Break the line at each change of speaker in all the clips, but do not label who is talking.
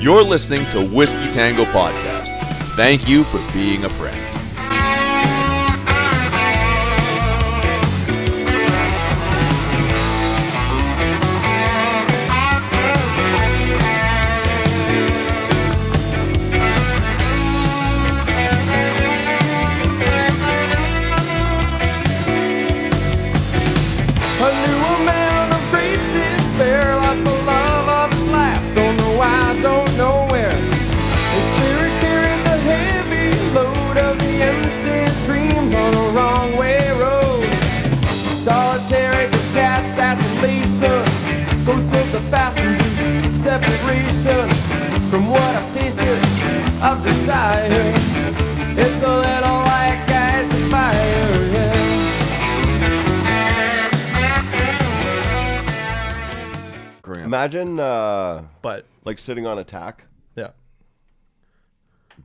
You're listening to Whiskey Tango Podcast. Thank you for being a friend.
I knew a man of great despair, lost the love of his life. Don't know why, don't know where. His spirit carried the heavy load of the empty dreams on a wrong way road. Solitary, detached, isolation. Go sip the fast and juice, separation from what I've tasted of desire. It's a little like ice and fire, yeah.
Imagine uh,
But
like sitting on a tack,
yeah,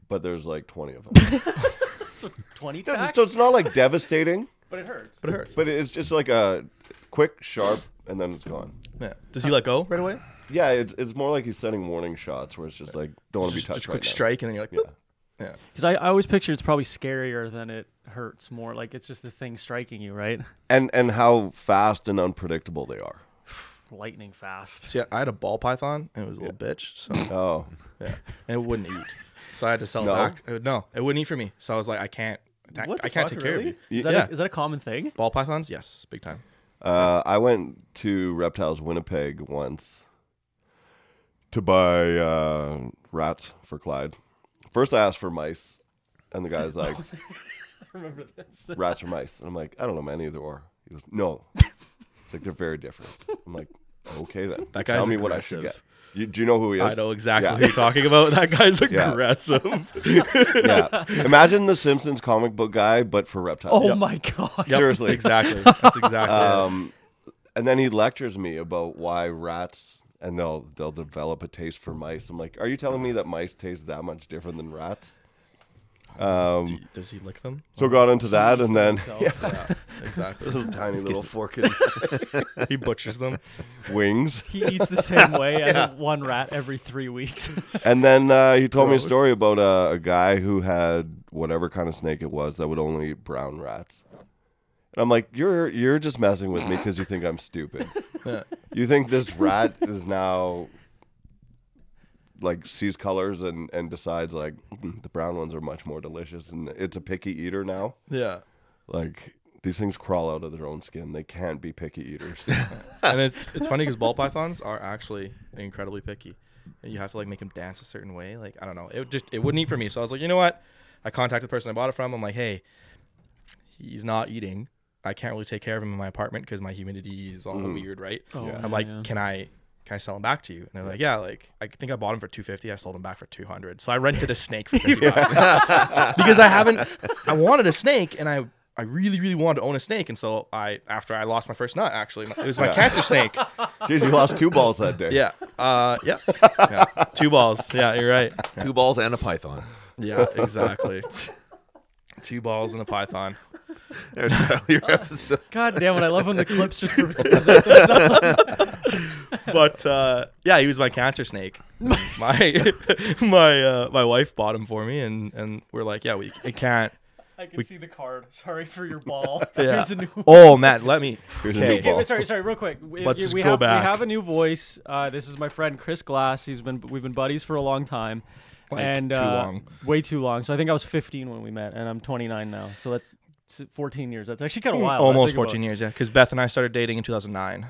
but there's like 20 of them.
Twenty
It's-
tacks,
so it's not like devastating,
but it hurts.
but it hurts.
but it's just like a quick, sharp, and then it's gone.
yeah. Does he let go right away?
Yeah, it's, it's more like he's sending warning shots where it's just like, don't want to be
Just,
touched
just a quick
right now.
strike, and then you're like, "Boop." yeah.
Because I, I always picture it's probably scarier than it hurts. More like it's just the thing striking you, right?
And, and how fast and unpredictable they are.
Lightning fast.
See, I had a ball python, and it was a little bitch. So
Oh,
yeah, and it wouldn't eat. So I had to sell
No?
it back. It would- no, it wouldn't eat for me. So I was like, I can't. I,
What the
I can't
fuck,
take care of
really?
you.
Is that,
yeah.
a, is that a common thing?
Ball pythons, yes, big time.
Uh, I went to Reptiles Winnipeg once to buy uh, rats for Clyde. First, I asked for mice, and the guy's like,
Remember this?
rats or mice? And I'm like, I don't know, man, either or. He goes, no. It's like they're very different. I'm like, okay then.
That
Tell
guy's
me what I should get.
aggressive.
You, do you know who he is?
I know exactly
Yeah.
who you're talking about. That guy's
Yeah.
aggressive.
yeah. Imagine the Simpsons comic book guy, but for reptiles.
Oh my god.
Yep,
Seriously.
exactly. That's exactly. it.
Um, and then he lectures me about why rats and they'll they'll develop a taste for mice. I'm like, are you telling me that mice taste that much different than rats? Um,
Does he lick them?
so got into that, and then yeah,
Exactly.
little tiny little forked
he butchers them.
wings.
He eats the same way as one rat every three weeks.
And then uh, he told me a
Gross.
story about a, a guy who had whatever kind of snake it was that would only eat brown rats. And I'm like, you're you're just messing with me because you think I'm stupid.
Yeah.
You think this rat is now like sees colors and and decides like "Mm, the brown ones are much more delicious and it's a picky eater now.
Yeah.
Like these things crawl out of their own skin. They can't be picky eaters.
and it's it's funny because ball pythons are actually incredibly picky, and you have to like make them dance a certain way. Like I don't know, it just it wouldn't eat for me. So I was like, you know what? I contacted the person I bought it from. I'm like, hey, he's not eating. I can't really take care of him in my apartment because my humidity is all weird, right? I'm like, can I can I sell him back to you? And they're like, yeah, like I think I bought him for 250. I sold him back for 200. So I rented a snake for 50 bucks because I haven't. I wanted a snake, and I I really really wanted to own a snake, and so I after I lost my first nut actually, my- it was my cancer snake.
Jeez, you lost two balls that day.
Yeah, uh, yeah, yeah. two balls. Yeah, you're right. Yeah,
Two balls and a python.
yeah, exactly. Two balls and a python.
There's your episode.
God damn it! I love when the clips just present themselves.
But uh, yeah, he was my cancer snake. And my my uh, my wife bought him for me, and and we're like, yeah, we it can't.
I can see the card. Sorry for your ball.
Yeah.
Here's a new.
Oh, Matt, let me.
Here's a
Okay.
new
Okay,
ball.
wait, sorry, sorry, real quick. We,
Let's
we
just
we
go
have,
back.
We have a new voice. Uh, this is my friend Chris Glass. He's been we've been buddies for a long time,
Like,
and
too
uh,
long.
way too long. So I think I was 15 when we met, and I'm 29 now. So that's s- 14 years. That's actually kind of wild.
Hmm. Almost 14 years, yeah. Because Beth and I started dating in 2009,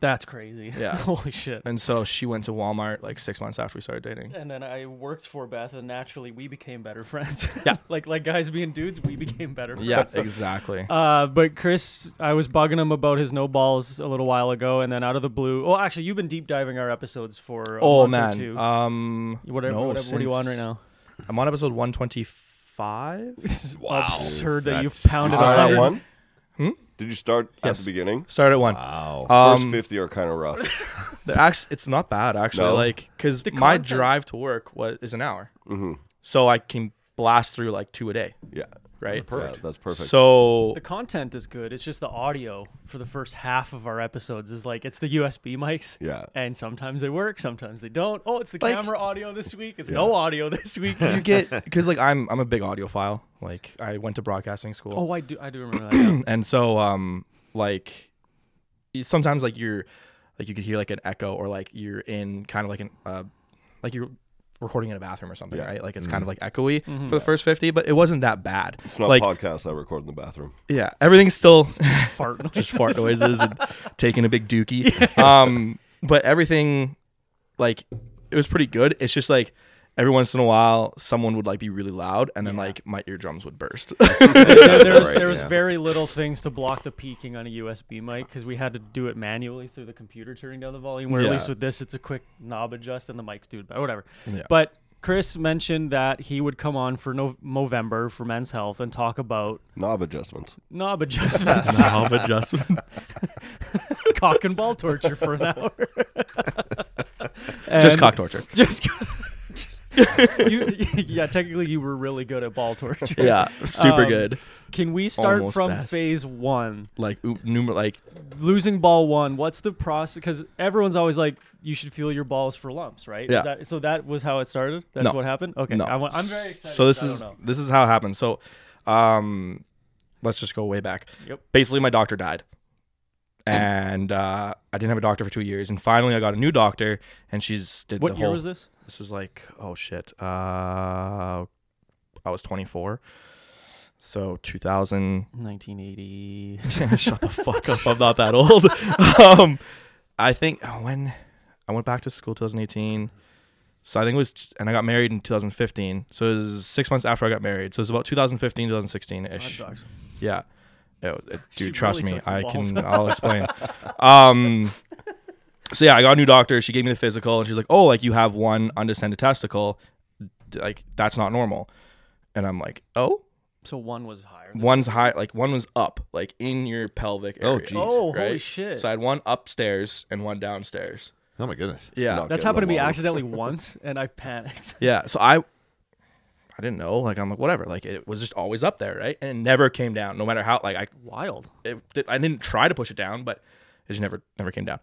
That's crazy.
Yeah.
Holy shit.
and so she went to Walmart like six months after we started dating.
And then I worked for Beth, and naturally we became better friends.
Yeah.
like like guys being dudes, we became better friends.
Yeah, exactly.
Uh, but Chris, I was bugging him about his no balls a little while ago, and then out of the blue, well, actually, you've been deep diving our episodes for a
oh
month or
man,
two.
um,
whatever,
no,
whatever. What are you on right
since-
now?
I'm on episode 125.
This is absurd that you've
That's-
pounded
Start
a
at
hundred-
one. Did you start at the beginning?
Start at one.
Wow.
First
Hmm? Um,
50 are kind of rough.
actually, it's not bad actually.
No?
Like, cause my
content-
drive to work was is an hour, mm-hmm. so I can blast through like two a day.
Yeah.
right?
Perfect. that's perfect.
So
The content is good. It's just the audio for the first half of our episodes is like it's the USB mics.
Yeah.
And sometimes they work, sometimes they don't. Oh, it's the
Like-
camera audio this week. It's no audio this week.
you get because like I'm I'm a big audiophile. Like I went to broadcasting school.
oh, I do. I do remember that. yeah.
and so um like y- sometimes like you're like you could hear like an echo or like you're in kind of like an uh like you're recording in a bathroom or something right like it's kind of like echoey for the first 50 but it wasn't that bad
Mm-hmm. it's not
like
podcasts I record in the bathroom.
yeah everything's still
Fart noise.
just fart noises and taking a big dookie um but everything like it was pretty good it's just like every once in a while someone would like be really loud and then like my eardrums would burst
there, there was,
Right,
there was
yeah.
very little things to block the peaking on a USB mic because we had to do it manually through the computer turning down the volume. Where
Yeah.
at least with this, it's a quick knob adjust and the mic's doing better, whatever.
Yeah.
But Chris mentioned that he would come on for no- Movember for Men's Health and talk about
Knob adjustments.
knob adjustments,
knob adjustments
cock and ball torture for an hour.
just
And-
cock torture
Just. you, yeah, technically, you were really good at ball torture.
yeah super
Um,
good
Can we start
Almost
from
best.
phase one?
like oop, numer- like
losing ball one, what's the process? Because everyone's always like, you should feel your balls for lumps, right? Is
Yeah.
that, so that was how it started. That's
No.
what happened. Okay.
no.
I want, I'm very excited.
So this
I don't
is
know.
this is how it happened. So, um, let's just go way back.
Yep.
Basically, my doctor died, and uh, I didn't have a doctor for two years, and finally I got a new doctor, and she's did
what
the
year
whole,
was this?
This was like oh shit. Uh, I was 24. So 2000
1980.
Shut the fuck up. I'm not that old. Um, I think oh, when I went back to school 2018. So I think it was, and I got married in 2015. So it was six months after I got married. So it was about 2015, 2016 ish.
Hot dogs.
Yeah. It- it-
She
dude, trust
really
me.
took the
I
balls.
can, I'll explain. um, so yeah, I got a new doctor. She gave me the physical and she's like, oh, like you have one undescended testicle. D- Like that's not normal. And I'm like, oh,
So one was higher. than-
one's high, like one was up, like in your pelvic area.
geez.
oh, holy
right?
shit.
So I had one upstairs and one downstairs.
Oh my goodness.
Yeah.
Not
That's
getting
happened to
the
me
model.
accidentally once, and I panicked.
Yeah. So I I didn't know. Like I'm like whatever. Like it was just always up there, right? And it never came down, no matter how. Like I
Wild.
it, did- I didn't try to push it down, but it just never never came down.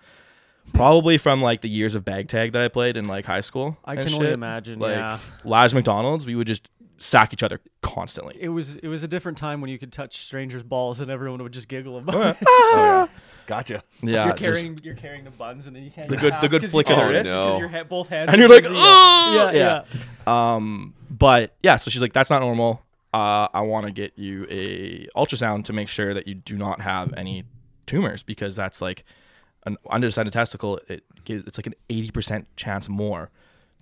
Probably from like the years of bag tag that I played in like high school.
I
and
can only
shit.
imagine,
Like
yeah.
Laz McDonald's, we would just sack each other constantly.
It was it was a different time when you could touch strangers' balls and everyone would just giggle about it.
Gotcha.
Yeah.
you're
just-
carrying you're carrying the buns and then you can't
The good- the good flick of
the
your
wrist.
because
no.
your ha- both hands
And
are
you're like,
busy.
"Oh!"
yeah yeah,
Um, but yeah, so she's like, "That's not normal. Uh, I want to get you a ultrasound to make sure that you do not have any tumors because that's like an underdecided testicle. It gives it's like an eighty percent chance more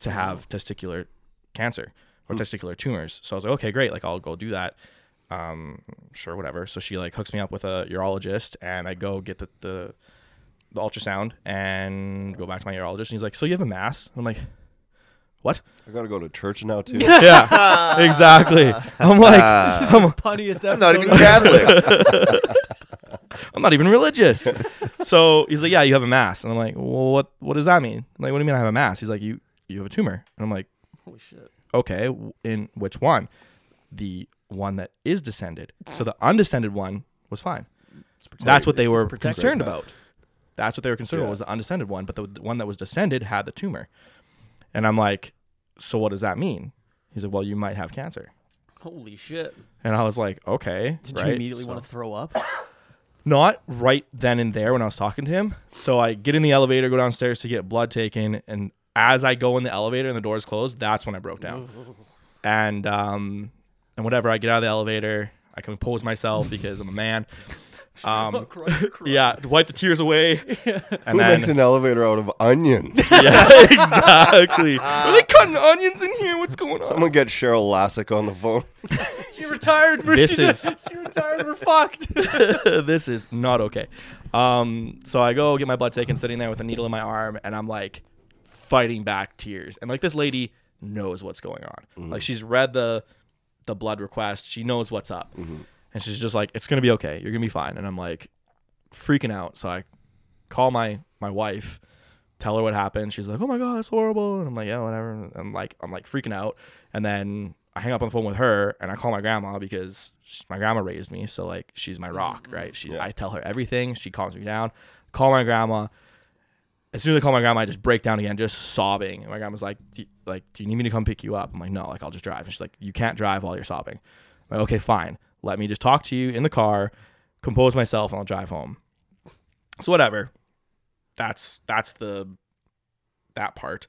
to have testicular cancer or testicular tumors. So I was like, okay, great. Like I'll go do that. Um, sure, whatever. So she like hooks me up with a urologist, and I go get the the, the ultrasound and go back to my urologist, and he's like, so you have a mass? I'm like, what?
I gotta go to church now too.
Yeah, exactly. I'm like, I'm,
punniest episode.
I'm not even
of-
Catholic.
I'm not even religious. So he's like, yeah, you have a mass, and I'm like, well, what what does that mean? I'm like, what do you mean I have a mass? He's like, you you have a tumor, and I'm like,
Holy shit.
okay, w- in which one? The one that is descended. So the undescended one was fine. That's what they were
protected.
concerned about. That's what they were concerned
Yeah.
about was the undescended one, but the the one that was descended had the tumor. And I'm like, so what does that mean? He's like, well, you might have cancer.
Holy shit.
And I was like, okay.
Did
right?
you immediately
So-
want to throw up?
not right then and there when I was talking to him. So I get in the elevator, go downstairs to get blood taken, and as I go in the elevator and the doors closed, that's when I broke down. and um, and whatever, I get out of the elevator, I compose myself because I'm a man. Um, yeah, wipe the tears away. And
Who
then,
makes an elevator out of onions?
yeah, exactly. Are they cutting onions in here? What's going on?
I'm gonna get Cheryl Lassick on the phone.
she retired. We're,
This
she,
is-
she retired. We're fucked.
this is not okay. Um, so I go get my blood taken, sitting there with a needle in my arm, and I'm like fighting back tears. And like this lady knows what's going on. Like she's read the the blood request. She knows what's up, and she's just like, "It's gonna be okay. You're gonna be fine." And I'm like freaking out. So I call my my wife, tell her what happened. She's like, "Oh my god, that's horrible." And I'm like, "Yeah, whatever." And I'm like I'm like freaking out. And then I hang up on the phone with her and I call my grandma because sh my grandma raised me, so like she's my rock, right? She, I tell her everything. She calms me down. Call my grandma. As soon as I call my grandma, I just break down again, just sobbing. And my grandma's like, do you, "Like, do you need me to come pick you up?" I'm like, "No, like I'll just drive." And she's like, "You can't drive while you're sobbing." I'm like, "Okay, fine. Let me just talk to you in the car, compose myself, and I'll drive home." So whatever. That's that's the that part.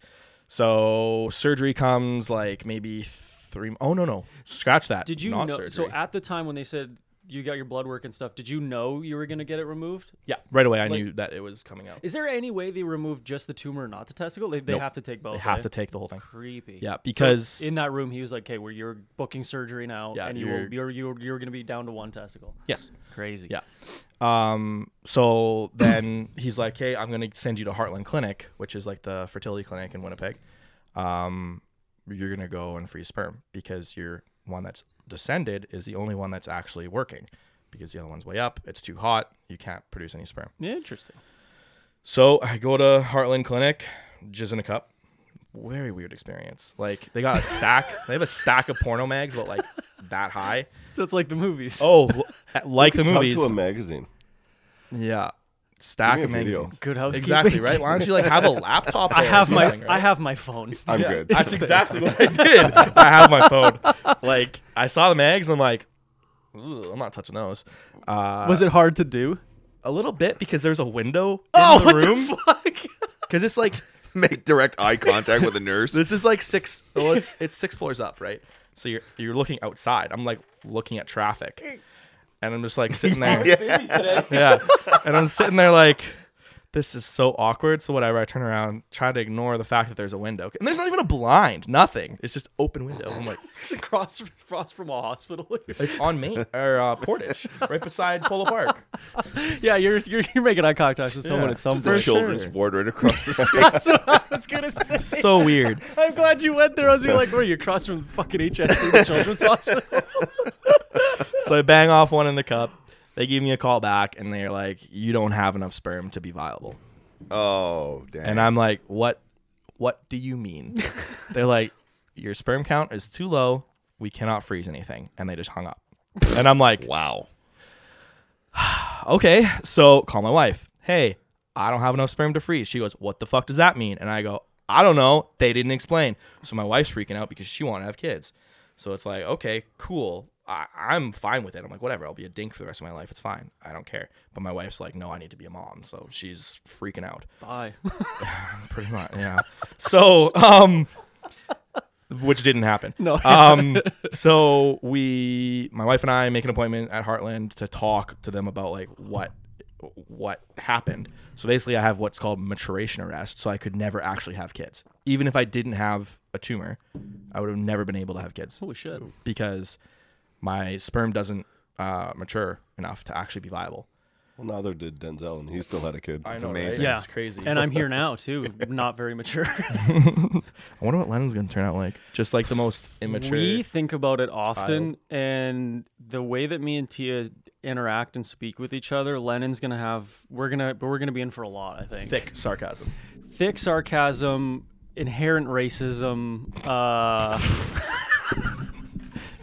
So surgery comes like maybe three. Oh no no, scratch that.
Did you
Not
know?
Surgery.
So at the time when they said you got your blood work and stuff, did you know you were gonna get it removed?
yeah, right away I
like-
knew that it was coming out.
Is there any way they remove just the tumor, not the testicle? They, they
Nope.
have to take both.
They have
eh?
to take the whole thing.
Creepy.
Yeah, because
In that room, he was like, "Okay, we're you're booking surgery now,
Yeah,
and you will
you're-
you're you're you're gonna be down to one testicle."
yes,
Crazy.
Yeah. Um, so then he's like, "Hey, I'm gonna send you to Heartland Clinic, which is like the fertility clinic in Winnipeg. Um, you're gonna go and freeze sperm because your one that's descended is the only one that's actually working, because the other one's way up. It's too hot. You can't produce any sperm.
Interesting.
So I go to Heartland Clinic, jizz in a cup. Very weird experience. Like they got a stack. they have a stack of porno mags, but like that high.
So it's like the movies.
Oh, like the
Talk
movies.
to a magazine.
Yeah. Stack
Give me
of
a video.
magazines.
Good housekeeping.
Exactly, right? Why don't you like have a laptop?
I
there or
have my
something,
I
right? Uh,
have my phone.
I'm good.
That's exactly what I did. I have my phone. Like I saw the mags, I'm like, "Ooh, I'm not touching those. Uh,
Was it hard to do?
a little bit because there's a window in
Oh,
the
what
room?
the fuck?
Because it's like
Make direct eye contact with a nurse.
this is like six. Well, it's it's six floors up, right? So you're you're looking outside. I'm like looking at traffic, and I'm just like sitting there.
Baby today.
yeah. And I'm sitting there like, this is so awkward. So whatever, I turn around, try to ignore the fact that there's a window, and there's not even a blind, nothing. It's just open window. I'm like,
It's across across from a hospital.
it's on me or uh, Portage, right beside Polo Park.
yeah, you're, you're you're making eye contact with someone
Yeah.
at some
Just
point.
chill.
children's
sure.
ward right across the street.
That's what I was gonna say.
So weird.
I'm glad you went there. I was gonna be like, where you across from fucking HSC the Children's Hospital?
So I bang off one in the cup. They give me a call back, and they're like, you don't have enough sperm to be viable.
oh, damn.
And I'm like, what? What do you mean? They're like, your sperm count is too low. We cannot freeze anything. And they just hung up. And I'm like,
wow.
okay, so call my wife. Hey, I don't have enough sperm to freeze. She goes, what the fuck does that mean? And I go, I don't know. They didn't explain. So my wife's freaking out because she won't have kids. So it's like, okay, cool. I, I'm fine with it. I'm like, whatever. I'll be a dink for the rest of my life. It's fine. I don't care. But my wife's like, no, I need to be a mom. So she's freaking out.
Bye.
Pretty much, yeah. so, um, which didn't happen.
No.
Um, so we, my wife and I, make an appointment at Heartland to talk to them about like what what happened. So basically, I have what's called maturation arrest. So I could never actually have kids, even if I didn't have a tumor, I would have never been able to have kids
Holy shit.
because my sperm doesn't uh, mature enough to actually be viable.
Well, neither did Denzel, and he still had a kid.
amazing.
Yeah,
it's crazy.
And I'm here now too. Not very mature.
I wonder what Lennon's gonna turn out like. Just like the most immature.
We think about it often, and the way that me and Tia interact and speak with each other, Lennon's gonna have we're gonna but we're gonna be in for a lot. I think
thick sarcasm.
thick sarcasm, inherent racism, uh,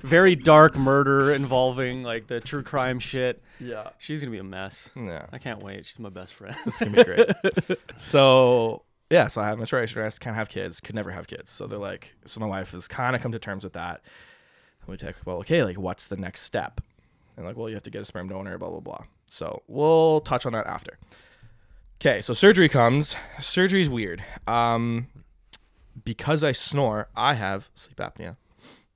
very dark murder involving like the true crime shit.
Yeah.
She's gonna be a mess.
Yeah.
I can't wait. She's my best friend.
It's gonna be great. so yeah, so I have maturation rest, can't have kids, could never have kids. So they're like, so my wife has kind of come to terms with that. And we talk about okay, like what's the next step? And like, well, you have to get a sperm donor, blah blah blah. So we'll touch on that after. Okay, so surgery comes. Surgery's weird. Um, because I snore, I have sleep apnea.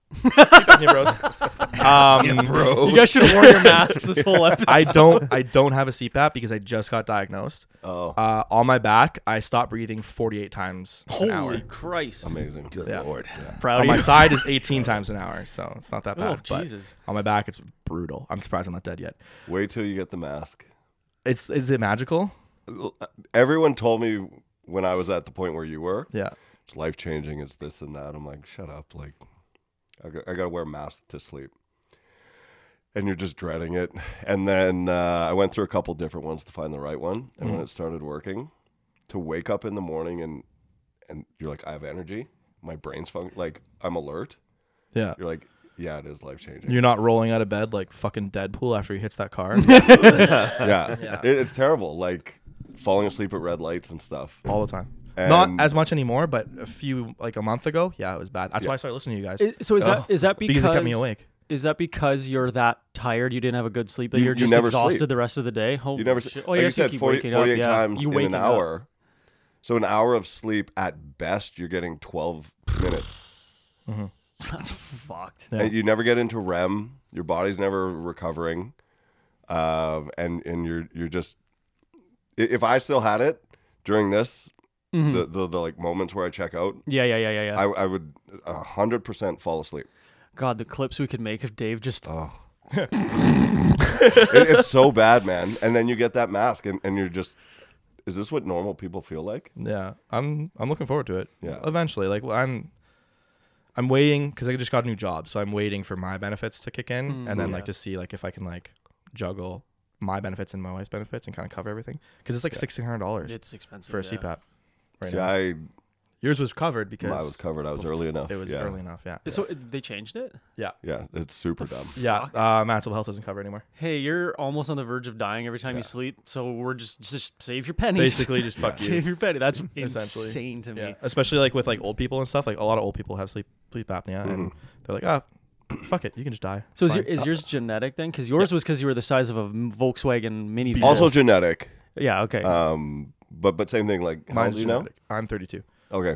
sleep apnea, bros. Um,
you guys should have worn your masks this whole episode.
I don't. I don't have a CPAP because I just got diagnosed.
Oh,
Uh, on my back, I stopped breathing 48 times an hour.
Holy Christ!
amazing. Good
Yeah.
Proud
On
of
my
you.
side is 18 times an hour, so it's not that bad.
Oh
but
Jesus!
On my back, it's brutal. I'm surprised I'm not dead yet.
Wait till you get the mask. uh,
It's is it magical?
Everyone told me when I was at the point where you were,
Yeah.
it's life changing. It's this and that. I'm like, shut up. Like, I got, I got to wear a mask to sleep. And you're just dreading it. And then uh, I went through a couple different ones to find the right one. And when it started working, to wake up in the morning and and you're like, I have energy. My brain's fun- like I'm alert.
Yeah.
You're like, yeah, it is life changing.
You're not rolling out of bed like fucking Deadpool after he hits that car
yeah, It, it's terrible. Like falling asleep at red lights and stuff.
all the time.
And-
Not as much anymore, but a few like a month ago, yeah, it was bad. That's why I started listening to you guys
I- so is that is that because,
because it kept me awake.
Is that because you're that tired? You didn't have a good sleep. That
You-
you, are
you
just
never
exhausted
sleep.
the rest of the day. Holy
You never,
shit. Oh,
like you
yes,
said,
keep
40,
waking up,
48
yeah.
times
You
in
waking
an
up.
hour. So an hour of sleep at best, you're getting 12 minutes.
That's fucked.
Yeah.
And you never get into REM. Your body's never recovering, Um and and you're you're just. i- If I still had it during this,
Mm-hmm.
the, the the like moments where I check out,
Yeah, yeah, yeah, yeah, yeah.
I, I would a hundred percent fall asleep.
God, the clips we could make of Dave just
It- it's so bad, man. And then you get that mask, and, and you're just, is this what normal people feel like?
Yeah, I'm I'm looking forward to it.
Yeah.
eventually. Like well, I'm I'm waiting because I just got a new job, so I'm waiting for my benefits to kick in,
Hmm.
and then like to see like if I can like juggle my benefits and my wife's benefits and kind of cover everything because it's like sixteen hundred dollars
it's expensive
for a
yeah.
CPAP. Right
See,
now.
I
yours was covered because
I was covered. I was early enough.
It was
yeah.
early enough. Yeah,
So it- they changed it.
yeah,
Yeah, it's super dumb.
yeah. Uh, mental health doesn't cover anymore.
Hey, you're almost on the verge of dying every time you sleep. So we're just just save your pennies.
Basically, just fuck you.
save your penny. That's
Essentially.
insane to me.
Yeah, especially like with like old people and stuff. Like a lot of old people have sleep sleep apnea, and
Mm-hmm.
they're like, ah, fuck it, you can just die.
So
It's
is, your,
fine." Uh,
is yours genetic then? Because yours was because you were the size of a Volkswagen minivan.
Also genetic,
yeah. Okay.
uh,
um, but but same thing. Like, how old
Mine's
do you know?
genetic. I'm 32.
Okay,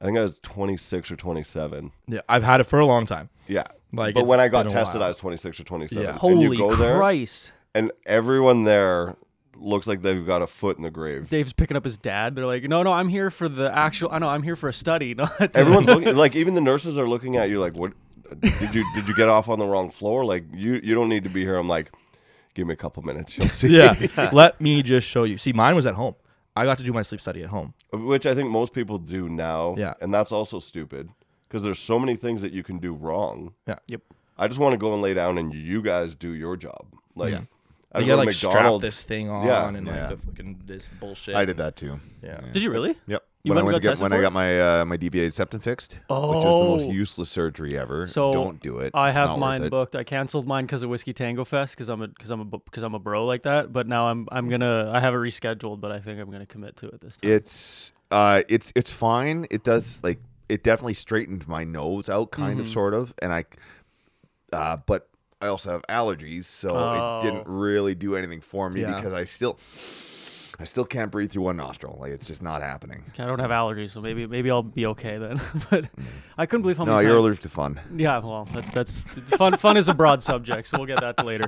I think I was 26 or 27.
Yeah, I've had it for a long time.
Yeah,
Like,
but
it's
when I got
been a
tested,
while.
I was 26 or 27.
Yeah.
And
Holy
you go there,
Christ!
and everyone there looks like they've got a foot in the grave.
Dave's picking up his dad. They're like, no, no, I'm here for the actual. I know, I'm here for a study. Not
Everyone's looking like even the nurses are looking at you like, "What did you did you get off on the wrong floor? Like you you don't need to be here." I'm like, "Give me a couple minutes, you'll see."
yeah. Let me just show you. See, mine was at home. I got to do my sleep study at home.
which I think most people do now.
Yeah.
and that's also stupid because there's so many things that you can do wrong.
Yeah.
Yep.
I just want to go and lay down, and you guys do your job. Like,
Yeah.
I
you
go
gotta
to
like strap
McDonald's.
this thing on
Yeah.
and like
Yeah.
the fucking this bullshit.
I did that too.
Yeah.
Did you really?
Yep.
You
when I
went
went
and
to
got
get
tested
when
for
I
it?
got my uh, my deviated septum fixed, which is the most
Oh.
useless surgery ever.
So
don't do it.
I
It's not
have
worth
mine
it.
booked. I canceled mine because of Whiskey Tango Fest because I'm a because I'm a because I'm a bro like that. But now I'm I'm gonna I have it rescheduled, but I think I'm gonna commit to it this time.
It's uh, it's it's fine. It does like it definitely straightened my nose out, kind
Mm-hmm.
of, sort of, and I. Uh, but I also have allergies, so
Oh.
it didn't really do anything for me
Yeah.
because I still, I still can't breathe through one nostril. Like it's just not happening.
I don't have allergies, so maybe maybe I'll be okay then. but I couldn't believe how
No,
many
you're
times-
allergic to fun.
Yeah, well, that's that's fun. Fun is a broad subject, so we'll get that to later.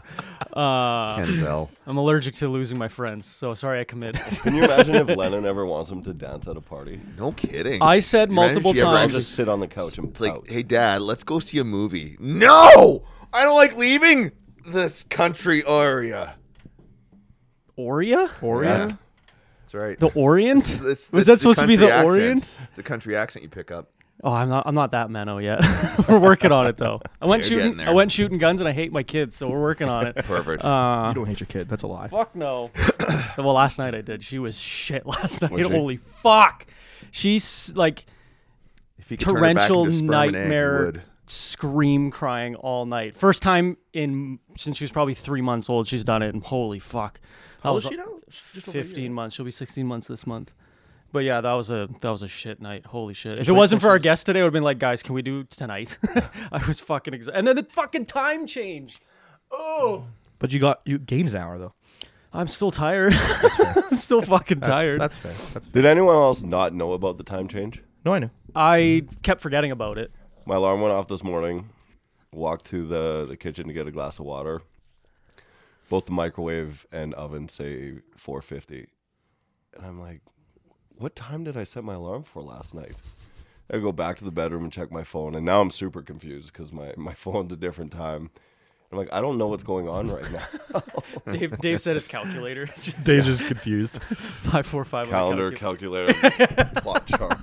Uh,
Kenzel.
I'm allergic to losing my friends, so sorry I committed.
Can you imagine if Lennon ever wants him to dance at a party?
No kidding.
I said
Imagine if
multiple
you ever
times-
I'll
actually
just sit on the couch and
It's like,
pout.
hey, Dad, let's go see a movie. No, I don't like leaving this country area.
Oria,
Oreo?
Yeah. That's right.
the Orient.
It's- it's-
Was
it's
that supposed to be
country
the
accent.
Orient?
It's a country accent you pick up.
Oh, I'm not. I'm not that mano yet. we're working on it though. I went
You're
shooting.
getting there.
I went shooting guns, and I hate my kids, so we're working on it.
Perfect.
Uh,
You don't hate your kid. That's a lie.
fuck no. well, last night I did. She was shit last night.
Was she?
Holy fuck. She's like
if you could turn it back
torrential
into sperm and egg, you
nightmare
would.
scream crying all night. First time in since she was probably three months old. She's done it, and holy fuck. That was
now?
fifteen months. She'll be sixteen months this month. But yeah, that was a that was a shit night. Holy shit! If it wasn't for our guest today, I would have been like, guys, can we do tonight? I was fucking exhausted, and then the fucking time changed.
But you got you gained an hour though.
I'm still tired. I'm still fucking
That's,
tired.
That's fair. That's fair.
Did anyone else not know about the time change?
No, I knew.
I kept forgetting about it.
My alarm went off this morning. Walked to the, the kitchen to get a glass of water. Both the microwave and oven say 450. And I'm like, what time did I set my alarm for last night? I go back to the bedroom and check my phone. And now I'm super confused because my, my phone's a different time. I'm like, I don't know what's going on right now.
Dave, Dave said his calculator.
Dave's just confused.
five four five.
Calendar,
Calculator.
calculator, plot chart.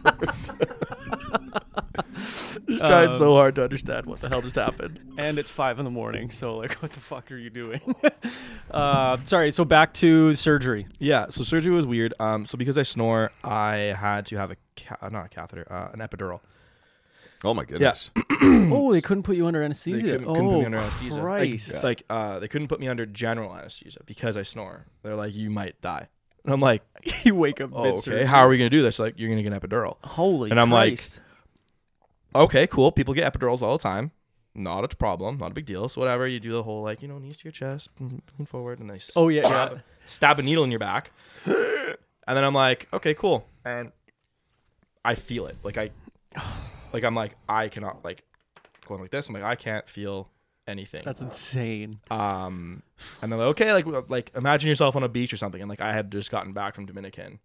just trying so hard to understand what the hell just happened.
and it's five in the morning. So like, what the fuck are you doing? uh, sorry. So back to surgery.
Yeah. So surgery was weird. Um. So because I snore, I had to have a ca- uh, not a catheter, uh, an epidural.
Oh my goodness.
Oh, they couldn't put you under anesthesia.
They couldn't,
oh,
couldn't put me under anesthesia. Like-
Christ.
Like, uh, they couldn't put me under general anesthesia because I snore. They're like, you might die. And I'm like,
you wake up
oh,
mid
okay. How are we gonna do this? Like, you're gonna get an epidural.
Holy
And I'm like,
Christ.
Okay, cool. People get epidurals all the time. Not a problem. Not a big deal. So whatever. You do the whole like, you know, knees to your chest, lean forward, and they
oh yeah, yeah.
stab a needle in your back. And then I'm like, okay, cool. And I feel it. Like I like I'm like, I cannot like going like this. I'm like, I can't feel anything.
That's insane.
um and they're like, okay, like w- like imagine yourself on a beach or something. And like I had just gotten back from Dominican.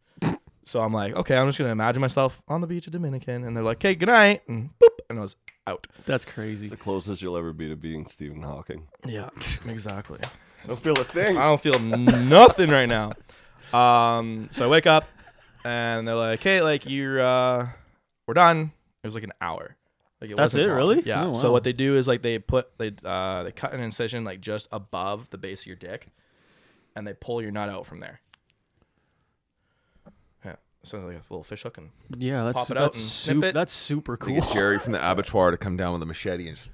So I'm like, okay, I'm just gonna imagine myself on the beach of Dominican, and they're like, okay, good night, and boop, and I was out.
That's crazy.
The closest you'll ever be to being Stephen Hawking.
Yeah, exactly.
I don't feel a thing.
I don't feel nothing right now. Um, so I wake up and they're like, "Hey, like you're uh, we're done." It was like an hour. Like
That's
wasn't
it,
long.
really?
Yeah.
Oh,
So
wow.
what they do is like they put they uh, they cut an incision like just above the base of your dick, and they pull your nut out from there. Yeah. So like a little fish hook and
Yeah, that's
Pop it out
that's
and snip
super.
it.
That's super
They
cool.
get Jerry from the abattoir to come down with a machete and just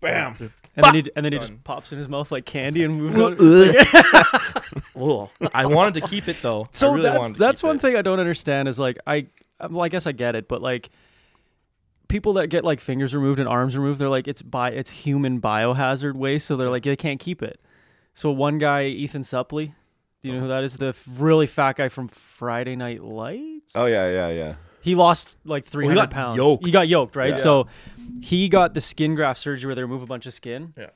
bam.
And then, he, and then he
Done.
just pops in his mouth like candy and moves on.
I wanted to keep it though. I
So
really
that's
wanted to
that's
keep
one
it.
thing I don't understand is like I um, well I guess I get it, but like people that get like fingers removed and arms removed, they're like it's bi it's human biohazard waste, so they're like they can't keep it. So one guy, Ethan Suppley, do you
Uh-huh.
know who that is? The f- really fat guy from Friday Night Lights.
Oh yeah, yeah, yeah.
He lost like 300
Oh, got
pounds.
yoked.
He got yoked, right?
Yeah.
So he got the skin graft surgery where they remove a bunch of skin.
Yeah.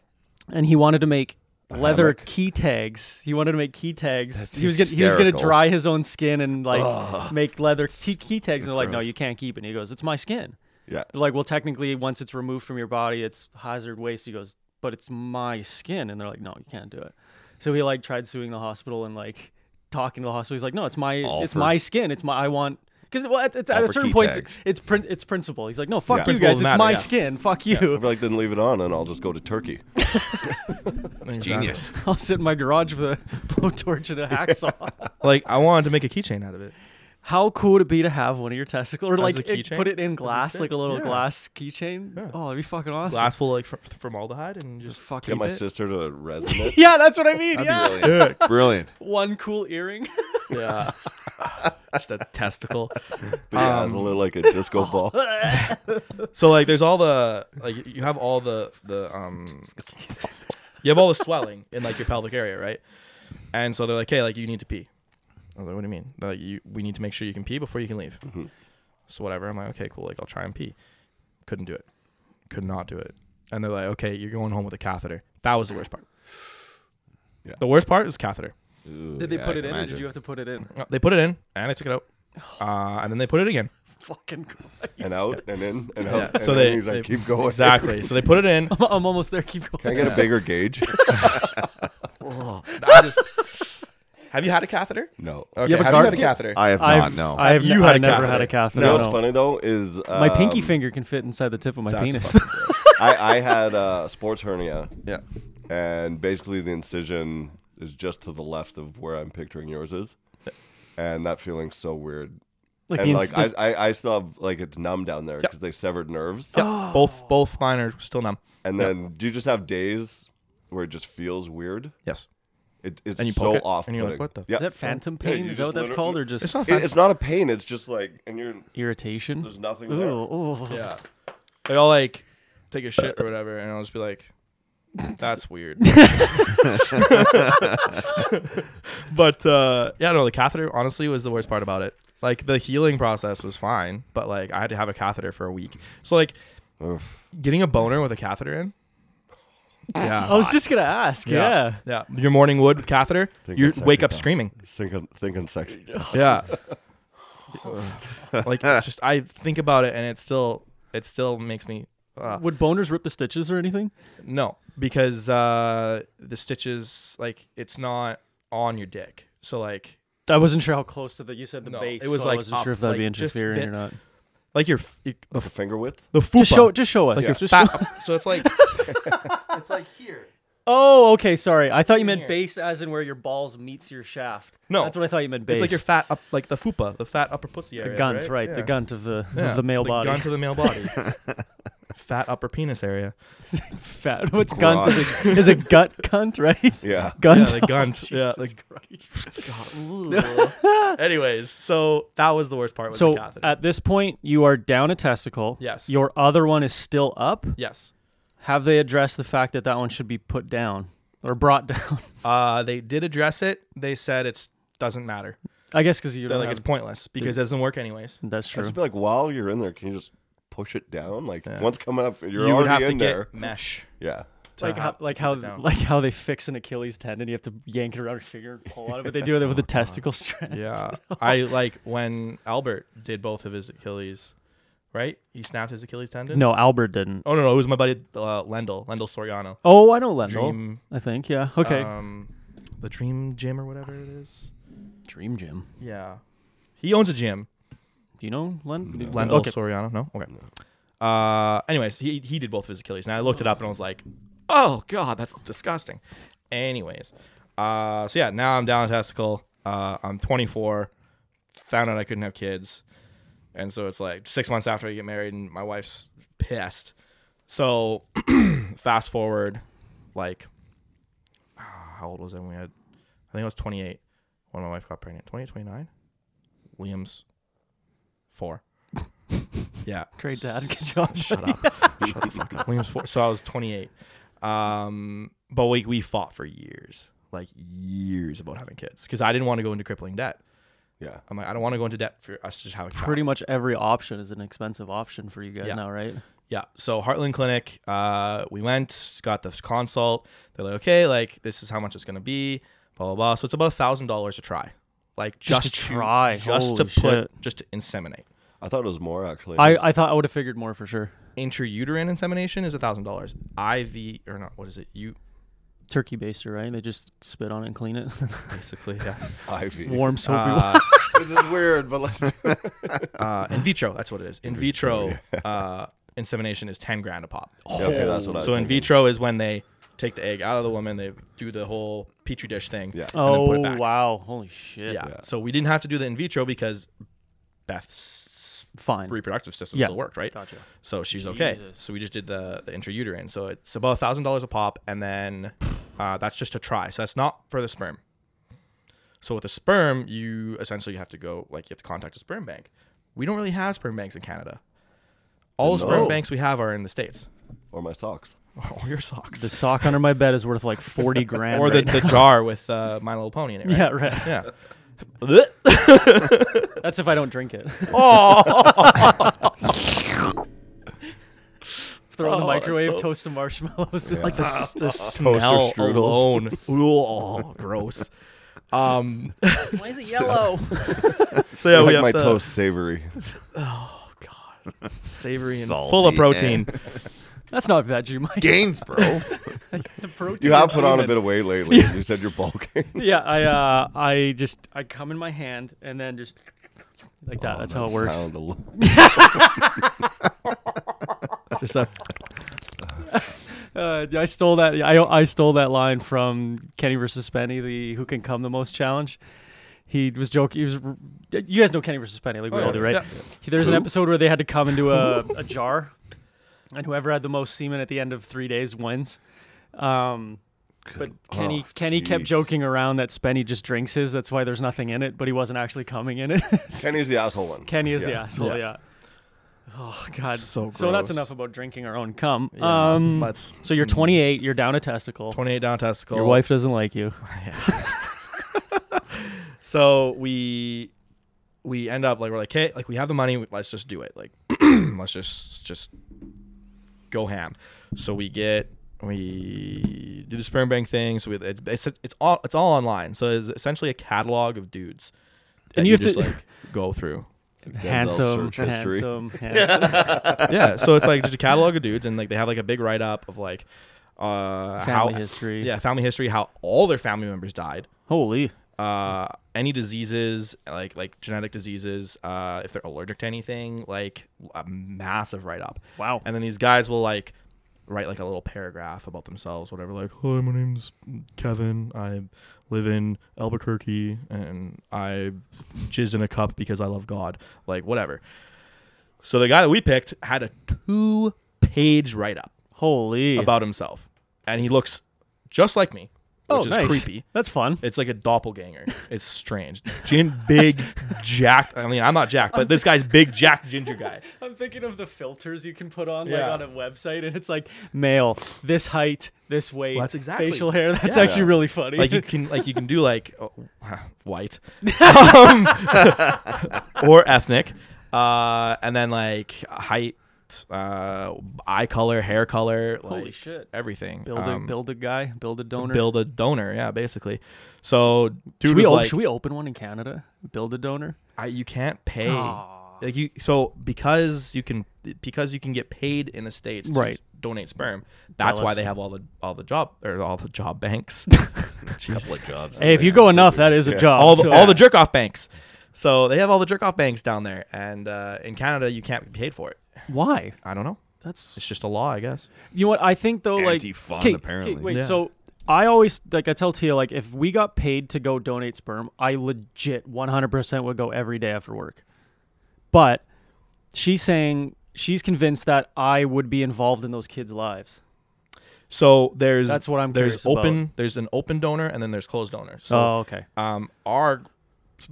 And he wanted to make leather key tags. He wanted to make key tags. he was gonna, he was going to
hysterical.
dry his own skin and like make leather key, key tags. And they're like, no, you can't keep it. And he goes, it's my skin.
Yeah.
They're like, well, technically, once it's removed from your body, it's hazard waste. He goes, but it's my skin. And they're like, no, you can't do it. So he like tried suing the hospital and like talking to the hospital. He's like, no, it's my
All
it's
for-
my skin. It's my I want because well, at, it's,
All
at a
for
certain
key
point it's
tags.
it's, prin- it's principle. He's like, no, fuck
Yeah.
you
Principle
guys. It's
doesn't matter,
my
yeah.
skin. Fuck
I'd
you.
be like, then leave it on, and I'll just go to Turkey.
Exactly.
Genius.
I'll sit in my garage with a blowtorch and a hacksaw.
Like I wanted to make a keychain out of it.
How cool would it be to have one of your testicles or
As
like
a
it-
keychain?
put it
That'd
in
be
glass,
sick.
like a little
Yeah.
glass keychain? Oh, that'd be fucking awesome.
Glass full like fr- formaldehyde and just
fucking
Get my
bit.
sister to resin it.
Yeah, that's what I mean. yeah,
Brilliant. Brilliant.
one cool earring.
Yeah. Just a testicle.
But yeah,
Um,
it'll look like a disco ball.
Oh, So like there's all the like you have all the the um you have all the swelling in like your pelvic area, right? And so they're like, "Hey, like you need to pee." I was like, "What do you mean?" They're like, "You we need to make sure you can pee before you can leave." So whatever. I'm like, "Okay, cool. Like I'll try and pee." Couldn't do it. Could not do it. And they're like, "Okay, you're going home with a catheter." That was the worst part.
Yeah.
The worst part is catheter.
Did they
yeah,
put
I
it in, or did
can imagine.
you have to put it in?
Uh, They put it in and they took it out. Uh, and then they put it again.
Fucking Christ.
and out, and in, and
Yeah.
out. and
So
in.
they,
he's like,
they-
keep going.
Exactly. So they put it in.
I'm almost there. Keep
Can I get
going.
a bigger gauge?
I just- have you had a catheter?
No.
Okay,
have
you
a gar-
had a
yeah.
catheter?
I have
I've,
not. No.
I have
You
n-
had
I've
a
never
catheter.
had a catheter.
You know what's
no.
funny though is
My pinky
um,
finger can fit inside the tip of my
That's
penis.
fucking-
I, I had a sports hernia,
yeah.
and basically the incision is just to the left of where I'm picturing yours is, and that feeling's so weird.
like
and
the
like
ins-
I, I, I still have like it's numb down there because they severed nerves,
Yeah. Both both mine are still numb.
and then do you just have days where it just feels weird?
Yes.
It, it's
And you
so
poke it,
off.
and you're like, what the-
Yeah.
is that phantom
Yeah,
pain?
you
is that
just
what that's
literally-
called, or just
It- it's not a pain. It's just like, and you're
irritation?
there's nothing
Ooh,
there.
ooh.
Yeah. Like I'll like take a shit or whatever, and I'll just be like, "That's weird." but uh, yeah, no, the catheter honestly was the worst part about it. Like the healing process was fine, but like I had to have a catheter for a week. So like
Oof.
getting a boner with a catheter in. Oh, Yeah.
I was just gonna ask. Yeah.
Yeah. Your morning wood with catheter,
Think
you
that's actually
wake up
possible.
screaming.
Thinking, thinking sexy.
Yeah. like it's just I think about it and it still it still makes me uh,
Would boners rip the stitches or anything?
no because uh the stitches like it's not on your dick. So like
I wasn't sure how close to that. You said the
No,
base.
it was
so I
like
wasn't
up,
sure if that'd be
like, just a
interfering
bit-
or not.
like your f- your- the
The
f-
finger width.
the fupa.
Just show. Just show us.
Like your
Just
fat- so it's like
Oh, okay. Sorry, I thought you meant base as in where your balls meets your shaft.
No.
that's what I thought you meant. Base.
It's like your fat up, like the fupa, the fat upper pussy
the
area.
gunt, right? The
Yeah.
gunt of the
Yeah,
of the male body.
Gunt of the male body. fat upper penis area.
Fat. What's gunt? Is a, is a gut cunt, right?
Yeah.
Yeah,
Gunt.
the gunt. yeah, the Anyways, so that was the worst part. Was the
so
catheter.
at this point, you are down a testicle.
Yes.
Your other one is still up.
yes,
Have they addressed the fact that that one should be put down or brought down?
uh, they did address it. They said it's doesn't matter.
I guess because you
They're
don't
like
have-
it's pointless because it doesn't work anyways.
That's
I'd
true.
just be like, while you're in there, can you just push it down? Like, one's coming up, you're
you
already
would have
in
to
there.
get mesh.
Yeah.
to
Like
ha-
how, like
keep it
how
down.
like how they fix an Achilles tendon, you have to yank it around your finger and pull on it, but they do
Oh,
it with a testicle strap.
Yeah, I like when Albert did both of his Achilles. Right, he snapped his Achilles tendon.
No, Albert didn't.
Oh no, no, it was my buddy uh, Lendl, Lendl Soriano.
Oh, I know Lendl.
Dream.
I think yeah. Okay.
Um, the Dream Gym or whatever it is.
Dream Gym.
Yeah, he owns a gym.
Do you know Len?
Lendl
Okay.
Soriano. No, okay. Uh, anyways, he he did both of his Achilles, and I looked it up and I was like, oh god, that's disgusting. Anyways, uh, so yeah, now I'm down a testicle. Uh, I'm 24. Found out I couldn't have kids, and so it's like six months after I get married, and my wife's pissed. So fast forward, like, ah, how old was I when we had? I think I was 28 when my wife got pregnant. 28, 29. Williams, four. yeah,
Great dad. Good job.
Shut up. Shut the fuck up. Williams four. So I was 28. Um, but we we fought for years, like years about having kids, because I didn't want to go into crippling debt.
Yeah.
I'm like, I don't want to go into debt for us to just have a child.
Pretty much every option is an expensive option for you guys
Yeah.
now, right?
Yeah. So Heartland Clinic, uh, we went, got this consult. They're like, okay, like this is how much it's gonna be, blah blah blah. So it's about a thousand dollars to try, like
Just
just,
to try.
just to
Holy
put,
shit.
just to inseminate.
I thought it was more, actually.
I,
It was-
I thought I would have figured more for sure.
Intrauterine insemination is a thousand dollars. IV or not? What is it? You
Turkey baster, right? They just spit on it and clean it.
basically, yeah.
Ivy.
Warm soapy.
Uh,
this is weird, but let's do it.
uh, in vitro, that's what it is. In vitro uh, insemination is ten grand a pop.
Yeah, okay, Oh, that's what I was
so in
thinking.
vitro is when they take the egg out of the woman, they do the whole petri dish thing.
Yeah.
and then put
oh
it back.
wow! Holy shit!
Yeah. So we didn't have to do the in vitro because Beth's
Fine.
reproductive system
Yeah.
still worked, right?
Gotcha.
So she's okay.
Jesus.
So we just did the, the intrauterine. So it's about thousand dollars a pop, and then uh, that's just a try. So that's not for the sperm. So with the sperm, you essentially have to go like you have to contact a sperm bank. We don't really have sperm banks in Canada. All the sperm
No.
banks we have are in the states.
Or my socks.
Or your socks.
The sock under my bed is worth like forty grand.
or
right
the, the jar with uh, My Little Pony in it. Right?
Yeah, right.
Yeah.
That's if I don't drink it.
Oh.
Throw it
Oh,
in the microwave, toast some marshmallows. Like the s-
the smell
strudels.
alone. Ooh, oh, gross. Um,
Why is it yellow?
so
I
yeah, we
like
have
my
to
toast savory.
savory and
Salty,
eh?
full of protein.
That's not veggie, Mike.
Gains, bro.
The protein
You have
is
put on a
human.
bit of weight lately. You said you're bulking.
Yeah, I uh, I just I come in my hand and then just like
Oh,
that. that's how it works.
Sound a little-
Just a,
Uh, I stole that. I I stole that line from Kenny versus Penny, the who can come the most challenge. He was joking. He was. You guys know Kenny versus Penny, like we
Oh,
all
yeah.
do, right?
Yeah.
He- There's an episode where they had to come into a, a jar, and whoever had the most semen at the end of three days wins. Um, but Kenny
oh,
Kenny kept
jeez.
joking around that Spenny just drinks his. That's why there's nothing in it, but he wasn't actually coming in it.
Kenny's the asshole one.
Kenny is the
Yeah.
asshole. Yeah.
Yeah.
Oh God.
so
that's
gross.
enough about drinking our own cum.
Yeah,
um,
let's-
so you're 28. You're down a testicle.
28 down testicle.
Your wife doesn't like you.
So we we end up like we're like, okay, like we have the money. Let's just do it. Like, let's just just go ham. So we get we do the sperm bank thing. So we, it's, it's it's all it's all online. So it's essentially a catalog of dudes. that
And you have
just
to-
like go through.
Handsome,
search history.
handsome, handsome.
yeah so it's like just a catalog of dudes and like they have like a big write-up of like uh
Family
how,
history.
yeah family history how all their family members died
Holy.
uh any diseases like like genetic diseases uh if they're allergic to anything like a massive write-up
Wow.
and then these guys will like write like a little paragraph about themselves, whatever. Like, hi, my name's Kevin. I live in Albuquerque, and I jizzed in a cup because I love God. Like, whatever. So the guy that we picked had a two-page write-up
Holy.
about himself, and he looks just like me, which
oh,
is
nice.
creepy.
That's fun.
It's like a doppelganger. It's strange. Gin, big, jacked. I mean, I'm not jacked, but this guy's big, jacked ginger guy.
I'm thinking of the filters you can put on
Yeah.
like on a website, and it's like male, this height, this weight,
Well, that's exactly-
facial hair. That's
Yeah.
actually really funny.
Like you can, like you can do like oh, white, um, or ethnic, uh, and then like height, uh, eye color, hair color.
Holy
like,
shit.
Everything.
build a
Um,
build a guy, build a donor.
build a donor. Yeah, basically. So dude
should, we
was
op-
like,
should we open one in Canada? Build a donor.
I, you can't pay.
Aw.
Like you, so because you can because you can get paid in the states to
Right.
s- donate sperm. That's why
Jealous.
they have all the all the job or all the job banks,
couple of jobs.
Oh,
Hey, if you go enough, that is a job.
all the
so-
all the jerk off banks. So they have all the jerk off banks down there, and uh, in Canada you can't be paid for it.
Why?
I don't know.
That's
It's just a law, I guess.
You know what? I think though, like,
Anti-fun,
'kay, 'kay,
apparently.
wait,
Yeah.
so I always like I tell Tia like if we got paid to go donate sperm, I legit 100% would go every day after work. But she's saying she's convinced that I would be involved in those kids' lives.
So there's
That's what I'm
there's
curious
open there's an open donor and then there's closed donor. So
oh, okay,
um, our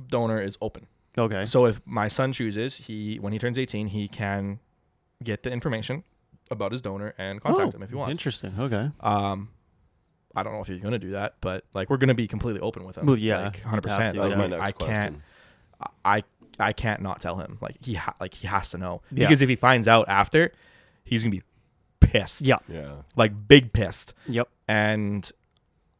donor is open.
okay.
So if my son chooses, he when he turns 18, he can get the information about his donor and contact
Oh, uh,
him if he wants.
Interesting. Okay.
Um, I don't know if he's going to do that, but like we're going to be completely open with him.
Well, yeah,
like, 100.
have
percent
to,
That was
yeah.
my
Like,
next
I
question.
can't. I I can't not tell him. Like he ha- like he has to know
Yeah.
because if he finds out after, he's going to be pissed.
Yeah.
Yeah.
like big pissed.
Yep.
And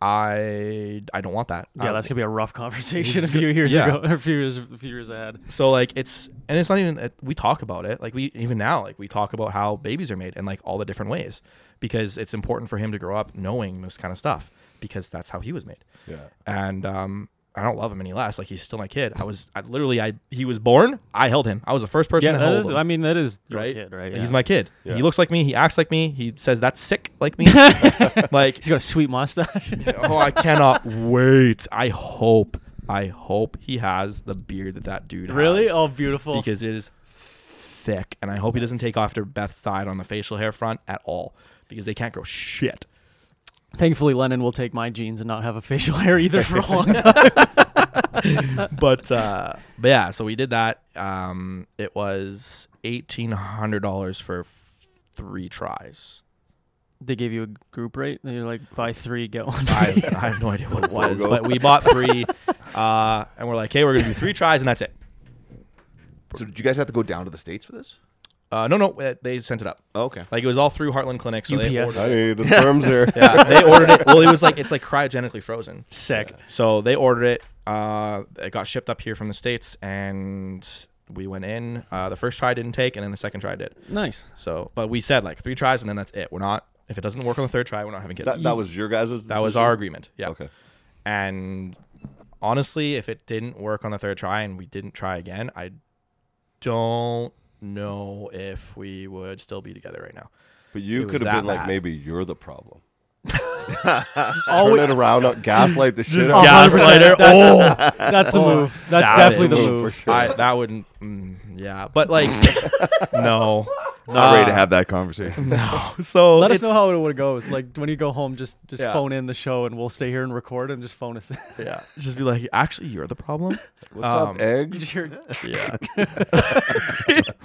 I I don't want that.
Yeah,
I-
that's gonna be a rough conversation a few years
Yeah.
ago, a few years, a few years ahead.
So like it's and it's not even it- we talk about it like we even now like we talk about how babies are made and like all the different ways because it's important for him to grow up knowing this kind of stuff because that's how he was made
Yeah.
and um I don't love him any less like he's still my kid I was I literally I he was born I held him I was the first person
Yeah,
to
that
hold
is,
him
I mean, that is your
right
kid, right?
he's
Yeah.
my kid
Yeah.
he looks like me he acts like me he says that's sick like me like
He's got a sweet mustache.
oh, I cannot wait. I hope, I hope he has the beard that that dude
really?
has.
Oh, beautiful.
Because it is thick, and I hope he doesn't take off to Beth's side on the facial hair front at all, because they can't grow shit.
Thankfully, Lennon will take my jeans and not have a facial hair either for a long time.
But uh, but yeah, so we did that. Um, it was eighteen hundred dollars for f- three tries.
they gave you a group rate. They're like, buy three, get one.
I, I have no idea what it was, but we bought three, uh, and we're like, hey, we're gonna do three tries, and that's it.
So did you guys have to go down to the states for this?
Uh, no, no, uh, they sent it up.
Oh, okay.
Like it was all through Heartland Clinic, so they
UPS.
ordered.
I need the sperms here.
Yeah, they ordered it. Well, it was like it's like cryogenically frozen.
Sick.
So they ordered it. Uh, it got shipped up here from the states, and we went in. Uh, the first try didn't take, and then the second try did.
Nice.
So, but we said like three tries, and then that's it. We're not. If it doesn't work on the third try, we're not having kids.
That, that was your guys'
That was our agreement. Yeah.
Okay.
And honestly, if it didn't work on the third try and we didn't try again, I don't know if we would still be together right now.
But
It
you
was
could
that
have been like,
bad.
maybe you're the problem. Turn it around, uh, gaslight the shit out.
Oh,
of
gas-
100%.
lighter.
That's, that's the move. That's
Oh. savage.
definitely the
Move
move.
for sure.
I that wouldn't. Mm, yeah, but like, no,
Not ready to
Uh,
have that conversation.
no. So
Let us
it's-
know how it would go. It's like when you go home, just just
Yeah.
phone in the show, and we'll stay here and record, and just phone us. in.
Yeah, just be like, actually, you're the problem.
What's
Um,
up, eggs?
yeah.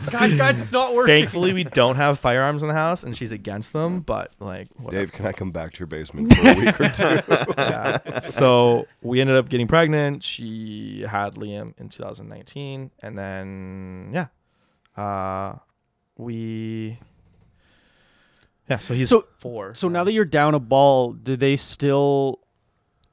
guys, guys, it's not working.
Thankfully, we don't have firearms in the house, and she's against them. But like, whatever.
Dave, can I come back to your basement for a week or two?
Yeah. so we ended up getting pregnant. She had Liam in 2019, and then yeah, uh, we. Yeah, so he's
So-
four.
So now that you're down a ball, do they still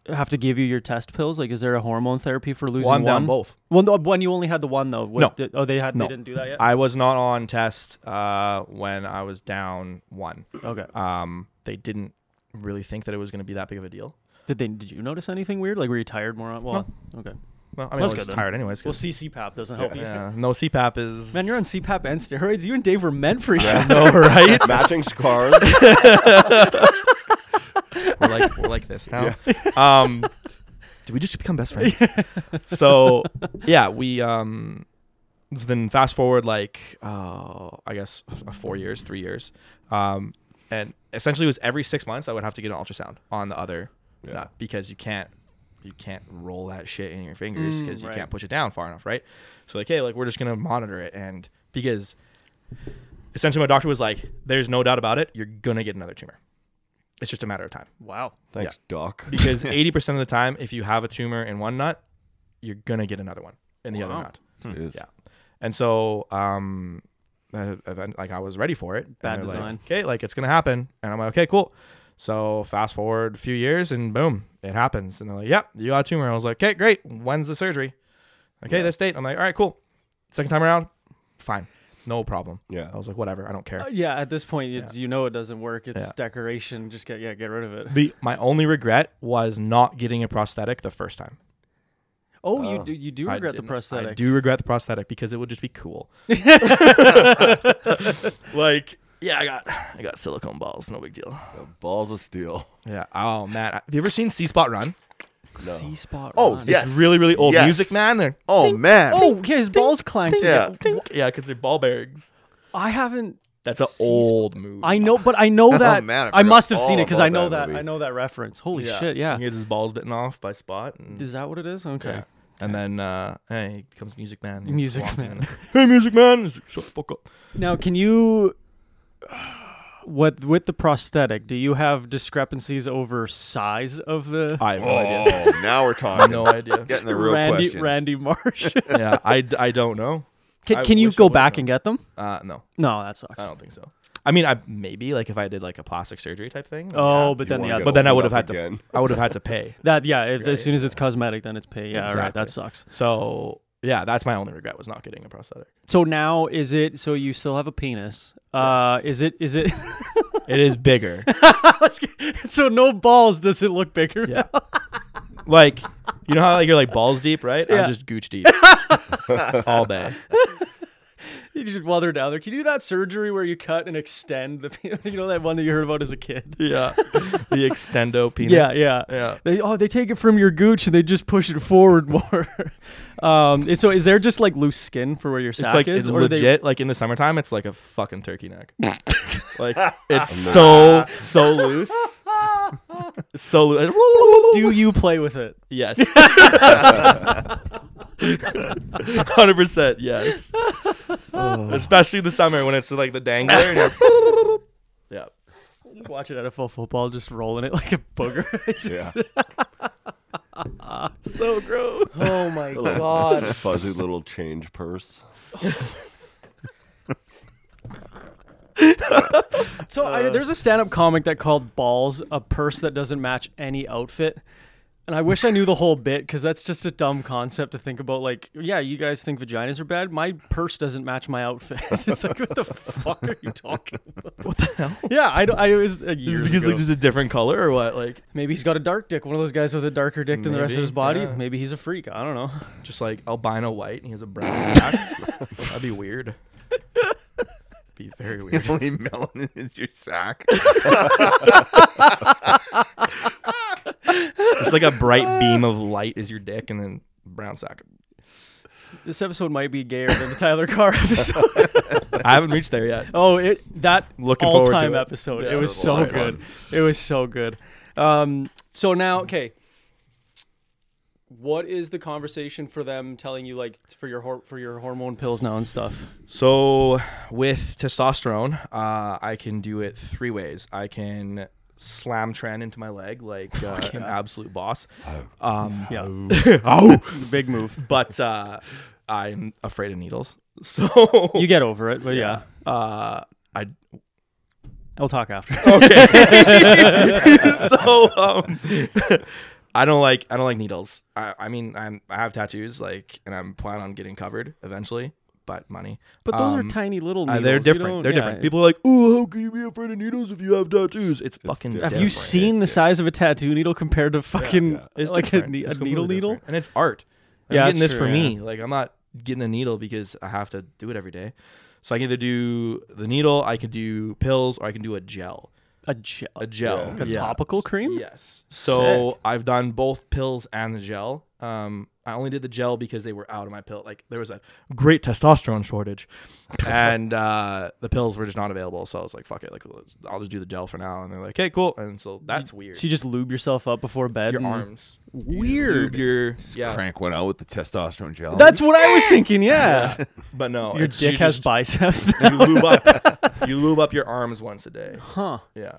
have to give you your test pills? Like, is there a hormone therapy for losing
well, I'm
one?
down both.
Well, no, when you only had the one though. Was
No.
the- oh, they had.
No.
They didn't do that yet.
I was not on test uh, when I was down one.
okay.
Um, they didn't really think that it was going to be that big of a deal.
Did they? Did you notice anything weird? Like, were you tired more? On, well, okay.
Well, I mean, I was
That's good
just
then.
tired anyways.
Well,
'cause-
CPAP doesn't help either.
yeah. No CPAP is.
Man, you're on CPAP and steroids. You and Dave were meant for each other.
No, right?
Matching scars.
we're like we're like this now. Um, did we just become best friends? so yeah, we um. So then fast forward like uh, I guess f- four years, three years, um, and essentially it was every six months I would have to get an ultrasound on the other
Yeah.
nut because you can't you can't roll that shit in your fingers
Mm,
because you
right.
can't push it down far enough, right? So like hey, like we're just gonna monitor it and because essentially my doctor was like, there's no doubt about it, you're gonna get another tumor. It's just a matter of time
wow.
Thanks, Doc.
because 80% of the time if you have a tumor in one nut you're gonna get another one in the
Wow.
other nut
Jeez.
Hmm. yeah and so um uh, event- like i was ready for it And
Bad
they're like,
design.
okay like it's gonna happen and i'm like okay cool so fast forward a few years and boom it happens and they're like yep you got a tumor i was like okay great when's the surgery okay this date i'm like all right cool second time around fine no problem
Yeah.
i was like whatever i don't care
Uh, yeah, at this point, it's, you know it doesn't work. It's decoration. Just get yeah, get rid of it.
the my only regret was not getting a prosthetic the first time
Oh, you do you do
I
regret the
didn't-
prosthetic.
I do regret the prosthetic because it would just be cool. like, yeah, I got I got silicone balls, no big deal.
Balls of steel.
Yeah. Oh man, have you ever seen C Spot Run?
C spot.
Oh,
run.
yes.
It's really really old
Yes.
music, man. They're
Oh man.
Oh yeah, his balls clanked.
Yeah.
tink. yeah, because they're ball bearings.
I haven't.
That's an
C-Spot-
old movie.
I know, but I know that.
man, I
I, must have
forgot
seen it
all
because I
about
know
that
that.
movie.
I know that reference. Holy shit! Yeah.
He gets his balls bitten off by Spot. And,
Is that what it is? Okay.
yeah. And then uh, hey, he becomes Music Man. He's
Music
walking
Man.
in. hey, Music Man. He's like, Shut the fuck up.
Now, can you? What with the prosthetic? Do you have discrepancies over size of the
I have no idea.
Oh, now we're talking.
No idea.
Getting the real
Randy
questions.
Randy Marsh?
yeah, I, d- I don't know. I
can can you
wish I
go
would've
back
known. Oh,
and get them?
Uh, no.
No, that sucks.
I don't think so. I mean, I maybe like if I did like a plastic surgery type thing.
Oh,
yeah.
but then the
wanna
other,
but then I
opened
would have
up
had
again.
to. I would have had to pay.
that yeah, if,
Yeah,
as soon as it's cosmetic, then it's pay. Yeah, all right, that
Exactly.
sucks.
So yeah, that's my only regret was not getting a prosthetic.
So now is it? So you still have a penis? Uh, is it? Is it?
It is bigger.
so no balls? Does it look bigger?
Yeah. like you know how like you're like balls deep, right?
Yeah.
I'm just gooch deep all day.
You just while they're down there, can you do that surgery where you cut and extend the penis? You know that one that you heard about as a kid?
Yeah, the extendo penis.
Yeah, yeah,
Yeah.
They oh they take it from your gooch and they just push it forward more. um, and so is there just like loose skin for where your sack
It's like
is?
it's
or do they-
legit. Like in the summertime, it's like a fucking turkey neck. like it's so so loose, so loose.
do you play with it?
Yes. Hundred percent. Yes. Especially in the summer when it's like the dangler. And you're- yeah.
Just watching NFL football, just rolling it like a booger. It's just-
Yeah.
So gross.
Oh my god.
Fuzzy little change purse.
So I,
Uh.
there's a stand-up comic that called balls a purse that doesn't match any outfit. And I wish I knew the whole bit because that's just a dumb concept to think about. Like, yeah, you guys think vaginas are bad. My purse doesn't match my outfit. it's like, what the fuck are you talking about? What the hell? Yeah, I, don't- I was a
Is
year
it because
ago.
like just a different color or what? Like
maybe he's got a dark dick. One of those guys with a darker dick than the rest of
Maybe,
his body.
yeah.
Maybe he's a freak. I don't know.
just like albino white and he has a brown back. That'd be weird. Be very weird.
Only melanin is your sack.
Just like a bright beam of light is your dick and then brown sack.
This episode might be gayer than the Tyler Carr episode.
I haven't reached there yet.
Oh, it that
Looking forward to
all-time
it.
episode.
Yeah,
it
it
was
was a
so
lot of
good. It was so good. Um, so now, okay, what is the conversation for them telling you like for your hor- for your hormone pills now and stuff?
So with testosterone, uh, I can do it three ways. I can slam Tran into my leg like uh, an absolute boss. Um,
Yeah,
oh,
big move.
but uh, I'm afraid of needles, so
You get over it, but yeah,
uh, I
I'll talk after.
so um, I don't like I don't like needles. I, I mean I'm I have tattoos like, and I'm planning on getting covered eventually, but money.
But those
Um,
are tiny little.
uh,
Needles.
they're
You
different.
don't-
They're
yeah,
different.
it-
People are like, "Oh, how can you be afraid of needles if you have tattoos?" It's, fucking.
different.
Have you
different.
seen the size of a tattoo needle compared to fucking
It's
like a,
different.
ne- a
It's
needle
completely
needle?
different. and it's art. I'm
Yeah,
getting
that's
this
true,
for
yeah.
me. Like I'm not getting a needle because I have to do it every day. So I can either do the needle, I can do pills, or I can do a gel.
A gel,
A gel,
a
yeah.
topical cream.
Yes. So
Sick.
I've done both pills and the gel. Um, I only did the gel because they were out of my pill. Like there was a great testosterone shortage, and uh, the pills were just not available. So I was like, "Fuck it, like I'll just do the gel for now." And they're like, "Okay, cool." And so that's weird.
So you just lube yourself up before bed.
your
and-
arms, You just
Mm. Weird.
lube your yeah,
Crank went out with the testosterone gel.
That's what I was thinking. Yeah,
but no,
your
it's- you
dick has
just-
biceps.
you lube up you lube up your arms once a day
huh?
yeah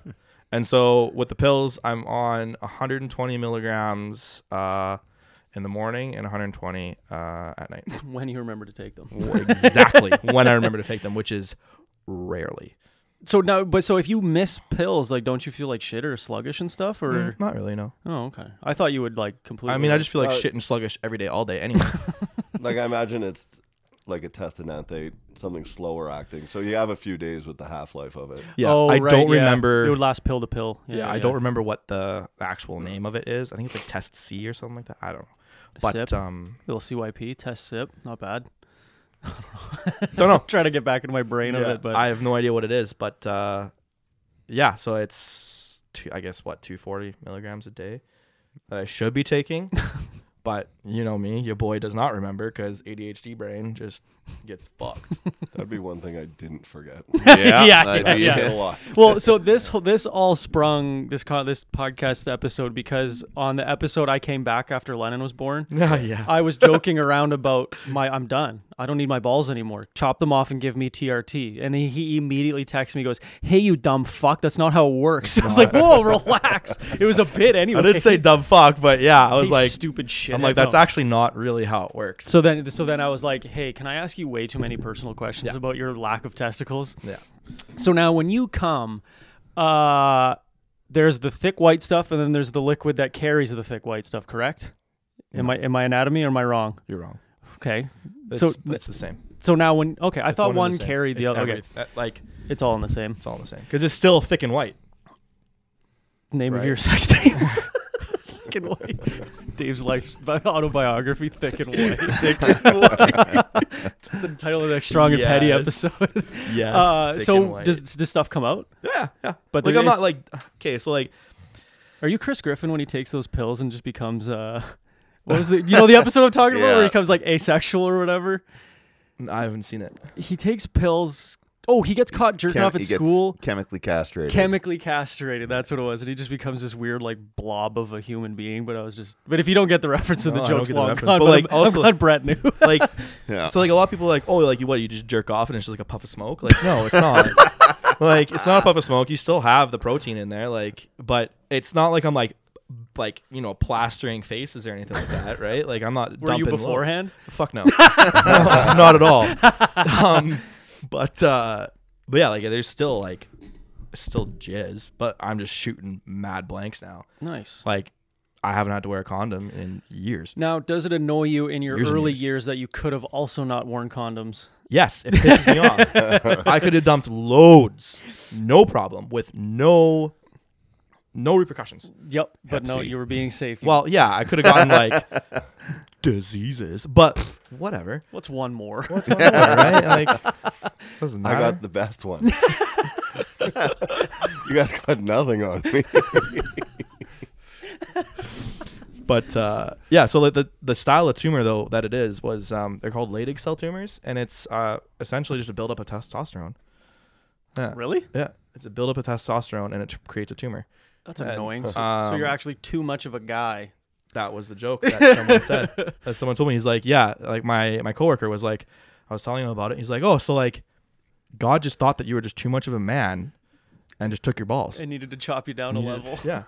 and so with the pills i'm on 120 milligrams uh in the morning and 120 uh at night
When you remember to take them.
exactly when i remember to take them which is rarely
So now, but so if you miss pills, like, don't you feel like shit or sluggish and stuff? Or
not really no
oh, okay. I thought you would like completely.
i mean i just feel like
Uh,
shit and sluggish every day all day anyway
like I imagine it's like a testananthe, something slower acting. So you have a few days with the half life of it.
yeah
Oh,
i
right,
don't
yeah.
remember
It would last pill to pill.
yeah, i don't remember what the actual name of it is i think it's like test c or something like that i don't know but
Sip?
um
Little CYP test sip, not bad.
no no
Trying to get back into my brain of
Yeah,
it, but
I have no idea what it is. But uh, yeah, so it's two, I guess what two forty milligrams a day that I should be taking. but you know me, your boy does not remember because ADHD brain just gets fucked.
That'd be one thing I didn't forget.
yeah,
Yeah,
that'd
yeah,
be-
A
yeah.
lot.
well, so this whole- this all sprung this con- this podcast episode because on the episode I came back after Lennon was born.
yeah, yeah.
I was joking around about my I'm done. I don't need my balls anymore. Chop them off and give me TRT. And he, he immediately texts me, he goes, Hey you dumb fuck, that's not how it works. I was like, Whoa, relax. It was a bit anyway.
I did say dumb fuck, but yeah, I was like,
stupid shit.
I'm like,
No.
that's actually not really how it works.
So then so then I was like, Hey, can I ask you way too many personal questions about your lack of testicles?
yeah,
So now when you come, uh there's the thick white stuff and then there's the liquid that carries the thick white stuff, correct? Am I am I anatomy or am I wrong?
you're wrong.
Okay.
It's,
So-
it's the same.
So now when okay, I thought
and
one
the same.
carried the
It's
other.
every-
okay,
that- like
it's all in the same.
it's all the same because it's still thick and white.
Name of
Right.
your sex tape. thick and white. Dave's life's bi- autobiography, thick and white. thick and white. it's the title of the Strong and Petty
Yes.
episode.
Yes.
Uh,
thick and
so
white.
does does stuff come out?
yeah, yeah.
But
But like
there
I'm not
is-
like okay, so like
Are you Chris Griffin when he takes those pills and just becomes uh what was the you know the episode I'm talking about where
Yeah.
he becomes like asexual or whatever?
I haven't seen it.
He takes pills. Oh, he gets caught jerking
Chem-
off at
he gets
school.
chemically castrated.
chemically castrated. That's what it was, and he just becomes this weird like blob of a human being. But I was just, but if you don't get the reference, then
No,
the
I don't
joke's
get the
long
reference,
gone.
but,
But,
like,
I'm,
also-
I'm glad Brett knew.
Like
yeah.
So like a lot of people are like, oh, like you what? You just jerk off and it's just like a puff of smoke. Like no, it's not. like it's not a puff of smoke. You still have the protein in there. Like, but it's not like I'm like like you know plastering faces or anything like that, right? Like I'm not.
Were you
dumping loads.
beforehand?
Fuck no, No, not at all. Um, but uh, but yeah, like there's still like still jizz, but I'm just shooting mad blanks now.
Nice.
Like I haven't had to wear a condom in years.
Now, does it annoy you in your
Years and
early years.
years.
that you could have also not worn condoms?
Yes, it pisses me off. I could have dumped loads, no problem, with no, no repercussions.
Yep, but no,
Hep C.
you were being safe. You-
Well, yeah, I could have gotten like diseases, but whatever.
what's one more?
Whatever, right? Like, doesn't
I
matter.
got the best one. you guys got nothing on me.
but uh, yeah, so like the the style of tumor though that it is was um, they're called Leydig cell tumors, and it's uh, essentially just a buildup of testosterone. Yeah.
really?
Yeah, it's a buildup of testosterone, and it t- creates a tumor.
That's
And,
annoying. So, so
um,
you're actually too much of a guy.
that was the joke that someone said. That someone told me. He's like, yeah, like my my coworker was like, I was telling him about it. He's like, oh, so like, God just thought that you were just too much of a man, and just took your balls.
I needed to chop you down a
Yeah.
level.
Yeah,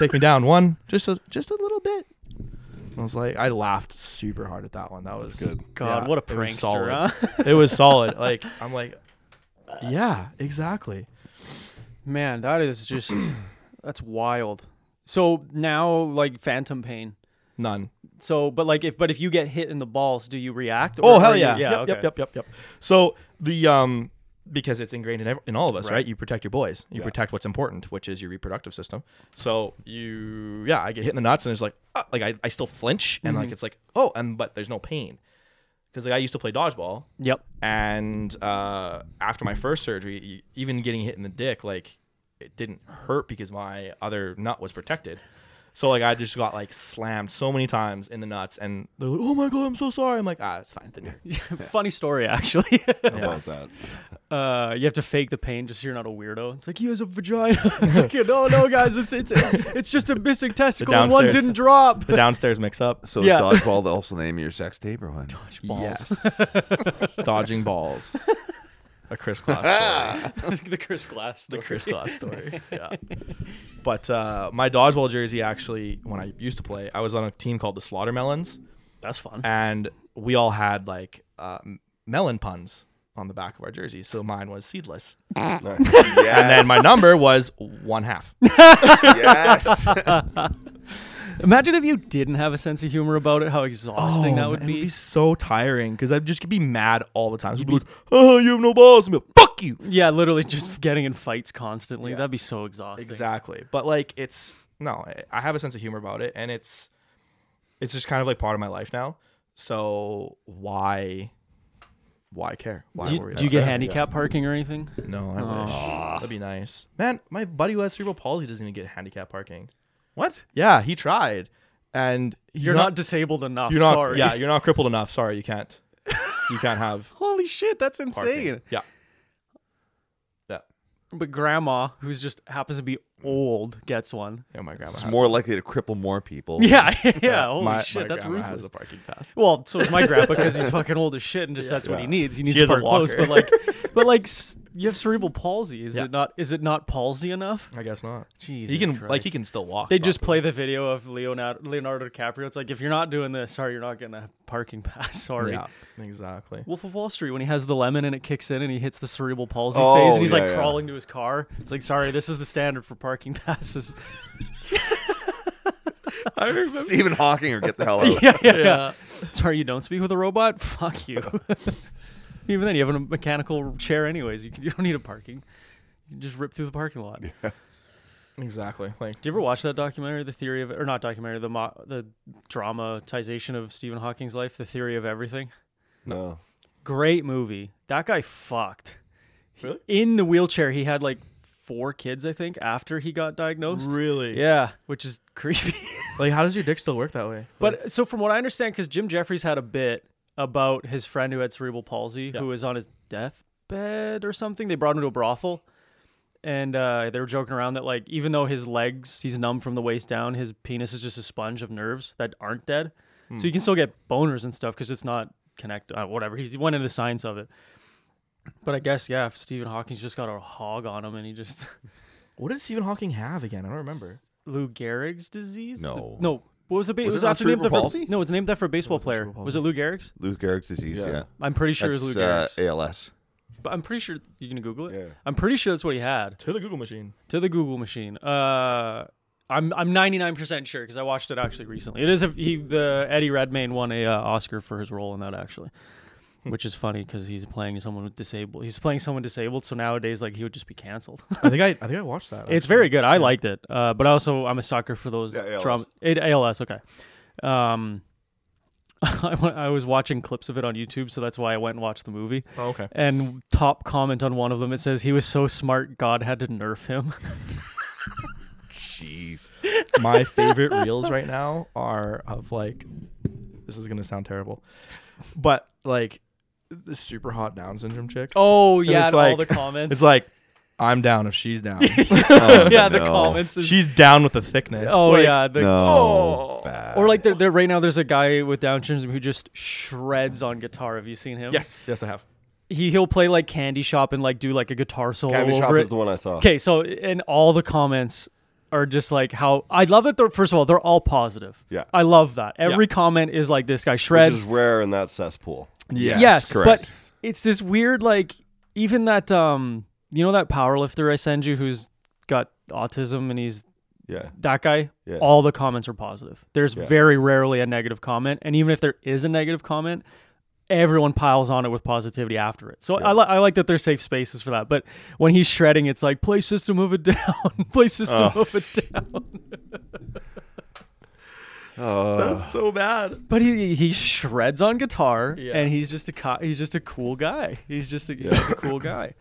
take me down one, just a just a little bit. I was like, I laughed super hard at that one. That was good.
God, what a
it was
prankster,
solid.
huh?
It was solid. Like I'm like, yeah, exactly.
Man, that is just that's wild. So now, like phantom pain.
None.
So, but like if but if you get hit in the balls, do you react?
Oh
or
hell
are you-
yeah!
yeah.
yep,
okay.
yep, yep, yep, yep. So the um because it's ingrained in, ev- in all of us, right? You protect your boys, you
Yeah.
protect what's important, which is your reproductive system. So you, yeah, I get hit in the nuts and it's like, ah, like I, I still flinch and like it's like, oh, and but there's no pain because like I used to play dodgeball
Yep.
and uh, after my first surgery, e- even getting hit in the dick, like it didn't hurt because my other nut was protected. So like I just got like slammed so many times in the nuts, and they're like, "Oh my god, I'm so sorry." I'm like, "Ah, it's fine, it didn't hurt."
Funny story, actually.
about that.
uh, you have to fake the pain just so you're not a weirdo. It's like he has a vagina. it's like, no, no, guys, it's it's it's just a missing testicle. and One
downstairs-
didn't drop.
The downstairs mix up,
So
Yeah.
is dodgeball the also the name of your sex tape or what?
yes, dodging balls, a crisscross story.
the Chris Glass.
the Chris Glass story. Yeah. But uh, my dodgeball jersey actually, when I used to play, I was on a team called the Slaughtermelons,
That's fun.
and we all had like uh, m- melon puns on the back of our jersey. So mine was seedless,
Yes.
and then my number was one half.
yes.
Imagine if you didn't have a sense of humor about it. How exhausting that would
man, it
be.
so tiring because I'd just be mad all the time. People be like, "Oh, you have no balls." I'm like, "Fuck you."
Yeah, literally just getting in fights constantly. That'd be so exhausting.
Exactly. But like it's no, I- I have a sense of humor about it and it's it's just kind of like part of my life now. So why why care? Why
Do you,
worry?
do you
about
get handicap parking or anything?
it? No, I
Ah.
wish. That'd be nice. Man, my buddy who has cerebral palsy doesn't even get handicap parking.
what?
Yeah, he tried. And he's
You're not, disabled enough.
you're not
sorry.
yeah, you're not crippled enough. Sorry, you can't you can't have
Holy shit, that's
parking.
insane.
Yeah. Yeah.
But grandma, who's just happens to be
Mm.
old, gets one.
Yeah, my grandma
It's
has
more likely to cripple more people.
Yeah, yeah. Holy
my,
shit,
my
that's
grandma
ruthless.
has a parking pass.
Well, so is my grandpa because he's fucking old as shit, and just that's what he needs. He needs to
has a
park close,
walker.
but like, but like, s- you have cerebral palsy. Is
Yeah.
it not? Is it not palsy enough?
I guess not.
Jesus
he can like
Christ.
he can still walk.
They just
properly.
play the video of Leonardo, Leonardo DiCaprio. It's like if you're not doing this, sorry, you're not getting a parking pass. Sorry.
Yeah, exactly.
Wolf of Wall Street when he has the lemon and it kicks in and he hits the cerebral palsy
Oh,
phase and he's
yeah,
like
yeah.
crawling to his car. It's like sorry, this is the standard for parking passes.
I remember.
Stephen Hawking or get the hell out.
yeah, yeah, yeah. Sorry, you don't speak with a robot. Fuck you. Even then, you have a mechanical chair anyways. You, can, you don't need a parking. You can just rip through the parking lot. Do
Exactly. Like
you ever watch that documentary, The Theory of, or not documentary, the mo- the dramatization of Stephen Hawking's life, The Theory of Everything?
No.
Great movie. That guy fucked. He-
Really?
in the wheelchair, he had like four kids, I think, after he got diagnosed.
really? Yeah.
Yeah, which is creepy.
Like how does your dick still work that way?
But so from what I understand, because Jim Jeffries had a bit about his friend who had cerebral palsy, who was on his deathbed or something. They brought him to a brothel, and uh, they were joking around that like even though his legs he's numb from the waist down, his penis is just a sponge of nerves that aren't dead, so you can still get boners and stuff because it's not connected. Uh, whatever. He's, he went into the science of it. But I guess yeah, if Stephen Hawking's just got a hog on him and he just
what did Stephen Hawking have again? I don't remember.
Lou Gehrig's disease? The-
No.
no. What was the ba-
Was
it
it
was
not
after named
cerebral
after-
palsy?
No, it's named after a baseball player.
cerebral
Was it Lou Gehrig's?
Lou Gehrig's disease. Yeah.
Yeah.
I'm pretty sure it was
That's
Lou
uh,
Gehrig's.
ALS.
but I'm pretty sure you can Google it.
Yeah.
I'm pretty sure that's what he had
To the Google machine.
to the Google machine. Uh, I'm I'm 99% sure because I watched it actually recently. It is a, he the Eddie Redmayne won a uh, Oscar for his role in that actually. Which is funny because he's playing someone with disabled. He's playing someone disabled, so nowadays like he would just be canceled.
I think I I think I watched that.
It's very good. I liked it, uh, but also I'm a sucker for those
Yeah, ALS.
drama. It, ALS, okay. Um, I, wa- I was watching clips of it on YouTube, so that's why I went and watched the movie.
Oh, okay.
And top comment on one of them, it says he was so smart, God had to nerf him.
Jeez.
My favorite reels right now are of like this is gonna sound terrible. But like the super hot Down syndrome chicks.
Oh
And
yeah,
it's
and all
like-
the comments.
It's like I'm down if she's down.
yeah, the
no.
comments. Is,
she's down with the thickness.
oh
Like,
yeah, the, Oh.
No. Bad.
or like there, there right now. There's a guy with Down syndrome who just shreds on guitar. Have you seen him?
Yes, yes I have.
He he'll play like Candy Shop and like do like a guitar solo
Candy
over
Shop
it.
is the one I saw.
Okay, so and all the comments are just like how I love that they're first of all they're all positive.
Yeah.
I love that. Every comment is like this guy shreds.
Which is rare in that cesspool.
Yes,
but it's this weird like even that um you know that powerlifter I send you who's got autism and he's
Yeah.
that guy.
Yeah.
All the comments are positive. There's very rarely a negative comment, and even if there is a negative comment, everyone piles on it with positivity after it. So I, li- I like that there's safe spaces for that. But when he's shredding, it's like play system of a down, play system of a down.
That's so bad.
But he he shreds on guitar,
Yeah.
and he's just a co- he's just a cool guy. He's just a, he's just a cool guy.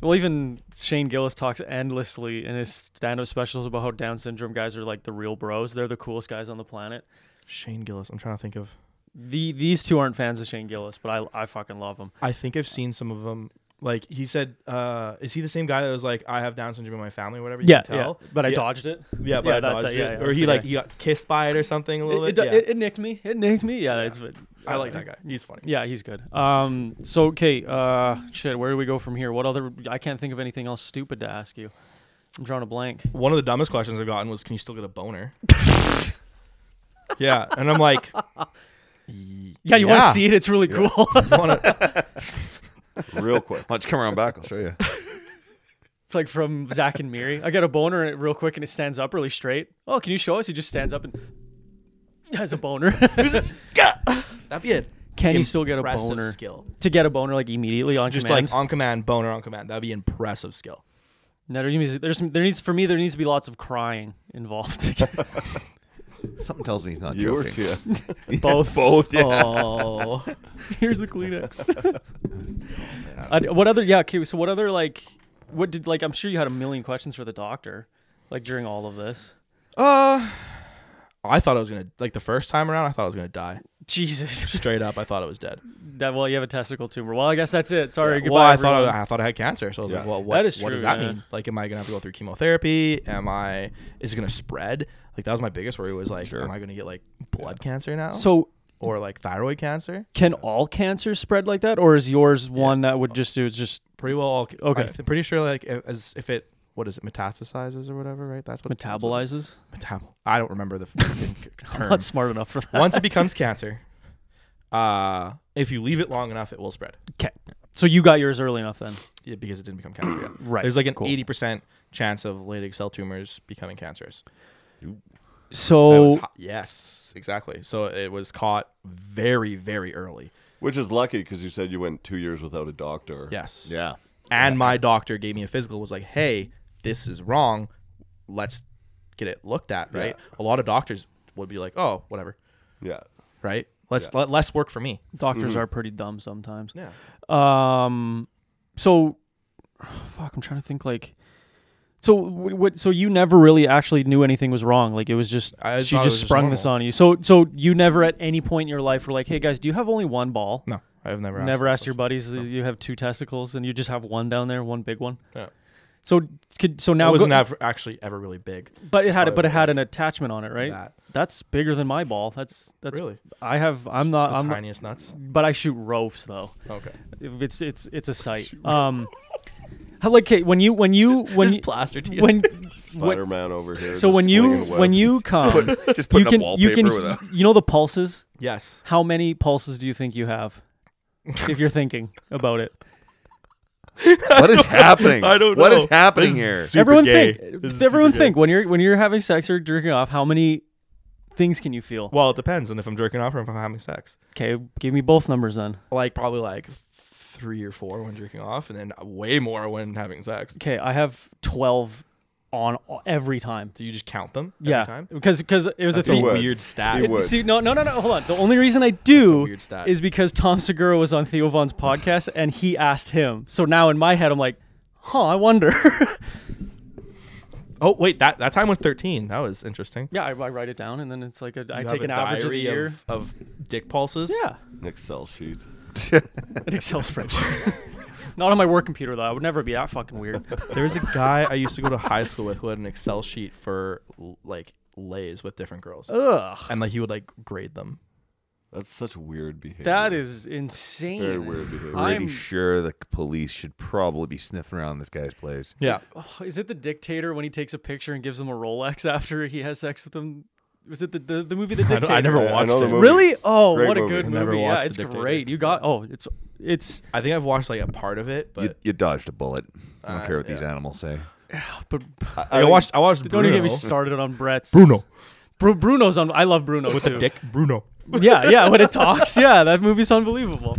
Well, even Shane Gillis talks endlessly in his stand-up specials about how Down syndrome guys are like the real bros. They're the coolest guys on the planet.
Shane Gillis. I'm trying to think of.
The these two aren't fans of Shane Gillis, but I I fucking love him.
I think I've seen some of them. Like he said, uh, is he the same guy that was like, "I have Down syndrome in my family" or whatever? You
yeah,
can tell.
yeah, but I dodged it.
Yeah, but
Yeah,
I
that-
dodged
that-
it.
yeah, yeah,
or
that's
he
the
like
guy.
he got kissed by it or something a
It,
little
it,
bit.
do-
yeah.
it, it nicked me. It nicked me. Yeah, it's
I like that guy. He's funny.
yeah, he's good. Um, so okay, uh, shit, where do we go from here? What other? I can't think of anything else stupid to ask you. I'm drawing a blank.
One of the dumbest questions I've gotten was, "Can you still get a boner?" yeah, and I'm like,
Yeah, you want
Yeah.
to see it? It's really cool.
wanna-
real quick.
Why don't you come around back? I'll show you.
it's like from Zach and Miri. I got a boner and it real quick, and it stands up really straight. Oh, can you show us? He just stands up and has a boner.
"That'd be it."
can you still get a
impressive
boner?
Skill.
To get a boner like immediately on
Just
command?
like on command, boner on command. That'd be impressive skill.
no, there needs, there's some, there needs for me there needs to be lots of crying involved.
Something tells me he's not
You were
joking.
too.
Both.
Both. Yeah.
Oh,
Here's a Kleenex. Uh, what other? Yeah. Okay. So what other like? What did like? I'm sure you had a million questions for the doctor, like during all of this.
uh, I thought I was gonna like the first time around. I thought I was gonna die.
Jesus.
Straight up, I thought I was dead.
that well, you have a testicle tumor. Well, I guess that's it. Sorry. Goodbye.
well, I thought
everyone.
I, I thought I had cancer, so I was like,
Yeah.
"Well, what,
That is
what does
true,
that
yeah.
mean? Like, am I gonna have to go through chemotherapy? Am I? Is it gonna spread? Like, that was my biggest worry. Was like, am I gonna get like blood cancer now,
so
or like thyroid cancer?
can all cancers spread like that, or is yours one that would just do? It's just
Pretty well, all,
Okay.
I'm pretty sure like if, as if it what is it metastasizes or whatever, right? That's what that's what-
metabolizes.
metabol. I don't remember the fucking
I'm
term.
not smart enough for that.
Once it becomes cancer, uh, if you leave it long enough, it will spread.
Okay. So you got yours early enough then.
Yeah, because it didn't become cancer yet.
Right,
There's like an
cool.
eighty percent chance of Leydig cell tumors becoming cancerous. That was
So
hot- yes, exactly. So it was caught very, very early.
Which is lucky because you said you went two years without a doctor.
Yes.
Yeah.
And my doctor gave me a physical. Was like, hey, this is wrong. Let's get it looked at. Right. A lot of doctors would be like, oh, whatever.
Yeah.
Right. Let's let less work for me.
doctors are pretty dumb sometimes.
Mm-hmm. Yeah.
Um, so fuck, I'm trying to think like. So wh- what? So you never really actually knew anything was wrong. Like it was just
I just
she
thought it
just
was just
sprung this
normal.
on you. So so you never at any point in your life were like, hey guys, do you have only one ball?
No, I've never asked
never
that
asked your buddies that you have two testicles and you just have one down there, one big one.
Yeah.
So could so
question.
now
It
go,
wasn't ever, actually ever really big.
but it had
probably
but it had
like
an attachment on it, right?
that.
That's bigger than my ball. That's that's
Really?
I have I'm not
The
I'm not,
tiniest nuts.
but I shoot ropes though.
Okay.
It's it's it's a sight. Um, how- like okay, when you when you when you,
plastered to
when
Spider
when
Man over here.
so
just
when you
slinging
when
webs.
you come
Just
you
putting
can
up
you
wallpaper
can
with a.
you know the pulses.
Yes.
How many pulses do you think you have? If you're thinking about it,
What is happening?
I don't
What
know.
is happening
This
here?
is super
everyone
gay. This
think.
is
Everyone
super gay.
think when you're when you're having sex or jerking off, how many things can you feel?
Well, it depends, and if I'm jerking off or if I'm having sex.
Okay, give me both numbers then.
Like probably like three or four when jerking off, and then way more when having sex.
Okay, I have twelve on every time.
Do you just count them? Every
Yeah,
Time?
because because it was
That's
a
a
thing.
would.
weird stat.
It would.
See, no, no, no, no. Hold on. The only reason I do
weird stat.
is because Tom Segura was on Theo Vaughn's podcast and he asked him. So now in my head, I'm like, huh, I wonder.
Oh wait, that that time was 13. That was interesting.
yeah, I, I write it down and then it's like a, I
You
take
have
an
a
average of
diary
the year.
of, of dick pulses.
Yeah,
an Excel sheet.
an Excel spreadsheet. Not on my work computer though. I would never be that fucking weird.
There was a guy I used to go to high school with who had an Excel sheet for l- like lays with different girls,
Ugh,
and like he would like grade them.
That's such weird behavior.
that is insane.
very weird behavior.
I-
Pretty
I'm-
sure the police should probably be sniffing around this guy's place.
Yeah.
Is it the dictator when he takes a picture and gives them a Rolex after he has sex with them? Was it the the, the movie The
I,
Dictator?
don't- I never
Yeah, I
watched
know the
it.
movie.
Really? Oh,
Great
what a
movie.
good
I've
movie!
never
yeah,
watched The
it's
Dictator.
great. You got oh, it's it's
I think I've watched like a part of it, but
You, you dodged a bullet. I don't
Uh,
care what these
yeah.
animals say.
but
I, watched. I watched.
don't even get me
Bruno
started on Brett's
Bruno.
Bru- Bruno's on. I love Bruno
with
too.
a dick. Bruno.
yeah, yeah. When it talks, yeah, that movie's unbelievable.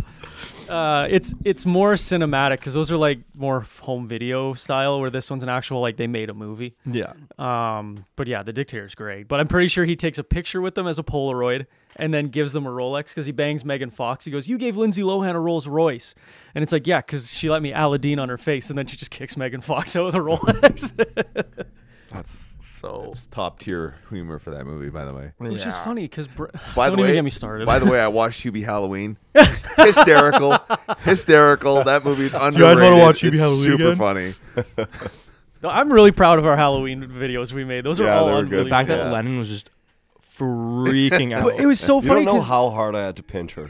Uh, it's it's more cinematic because those are like more f- home video style, where this one's an actual like they made a movie.
Yeah.
Um, but yeah, the dictator's great. But I'm pretty sure he takes a picture with them as a Polaroid and then gives them a Rolex because he bangs Megan Fox. He goes, "You gave Lindsay Lohan a Rolls Royce," and it's like, "Yeah, because she let me Aladdin on her face," and then she just kicks Megan Fox out with a Rolex,
That's so.
It's top tier humor for that movie, by the way.
which is
Yeah.
funny because br-
By
don't
the way,
even get me started.
By the way, I watched Hubie Halloween. hysterical, hysterical. That movie's underrated.
guys wanna watch Hubie
It's
Halloween
Super
again?
funny.
I'm really proud of our Halloween videos we made. Those are
Yeah,
all
they were
unbelievable.
good.
The fact
Yeah.
that Lennon was just freaking out.
But it was so
You
funny.
don't know
'cause
how hard I had to pinch her.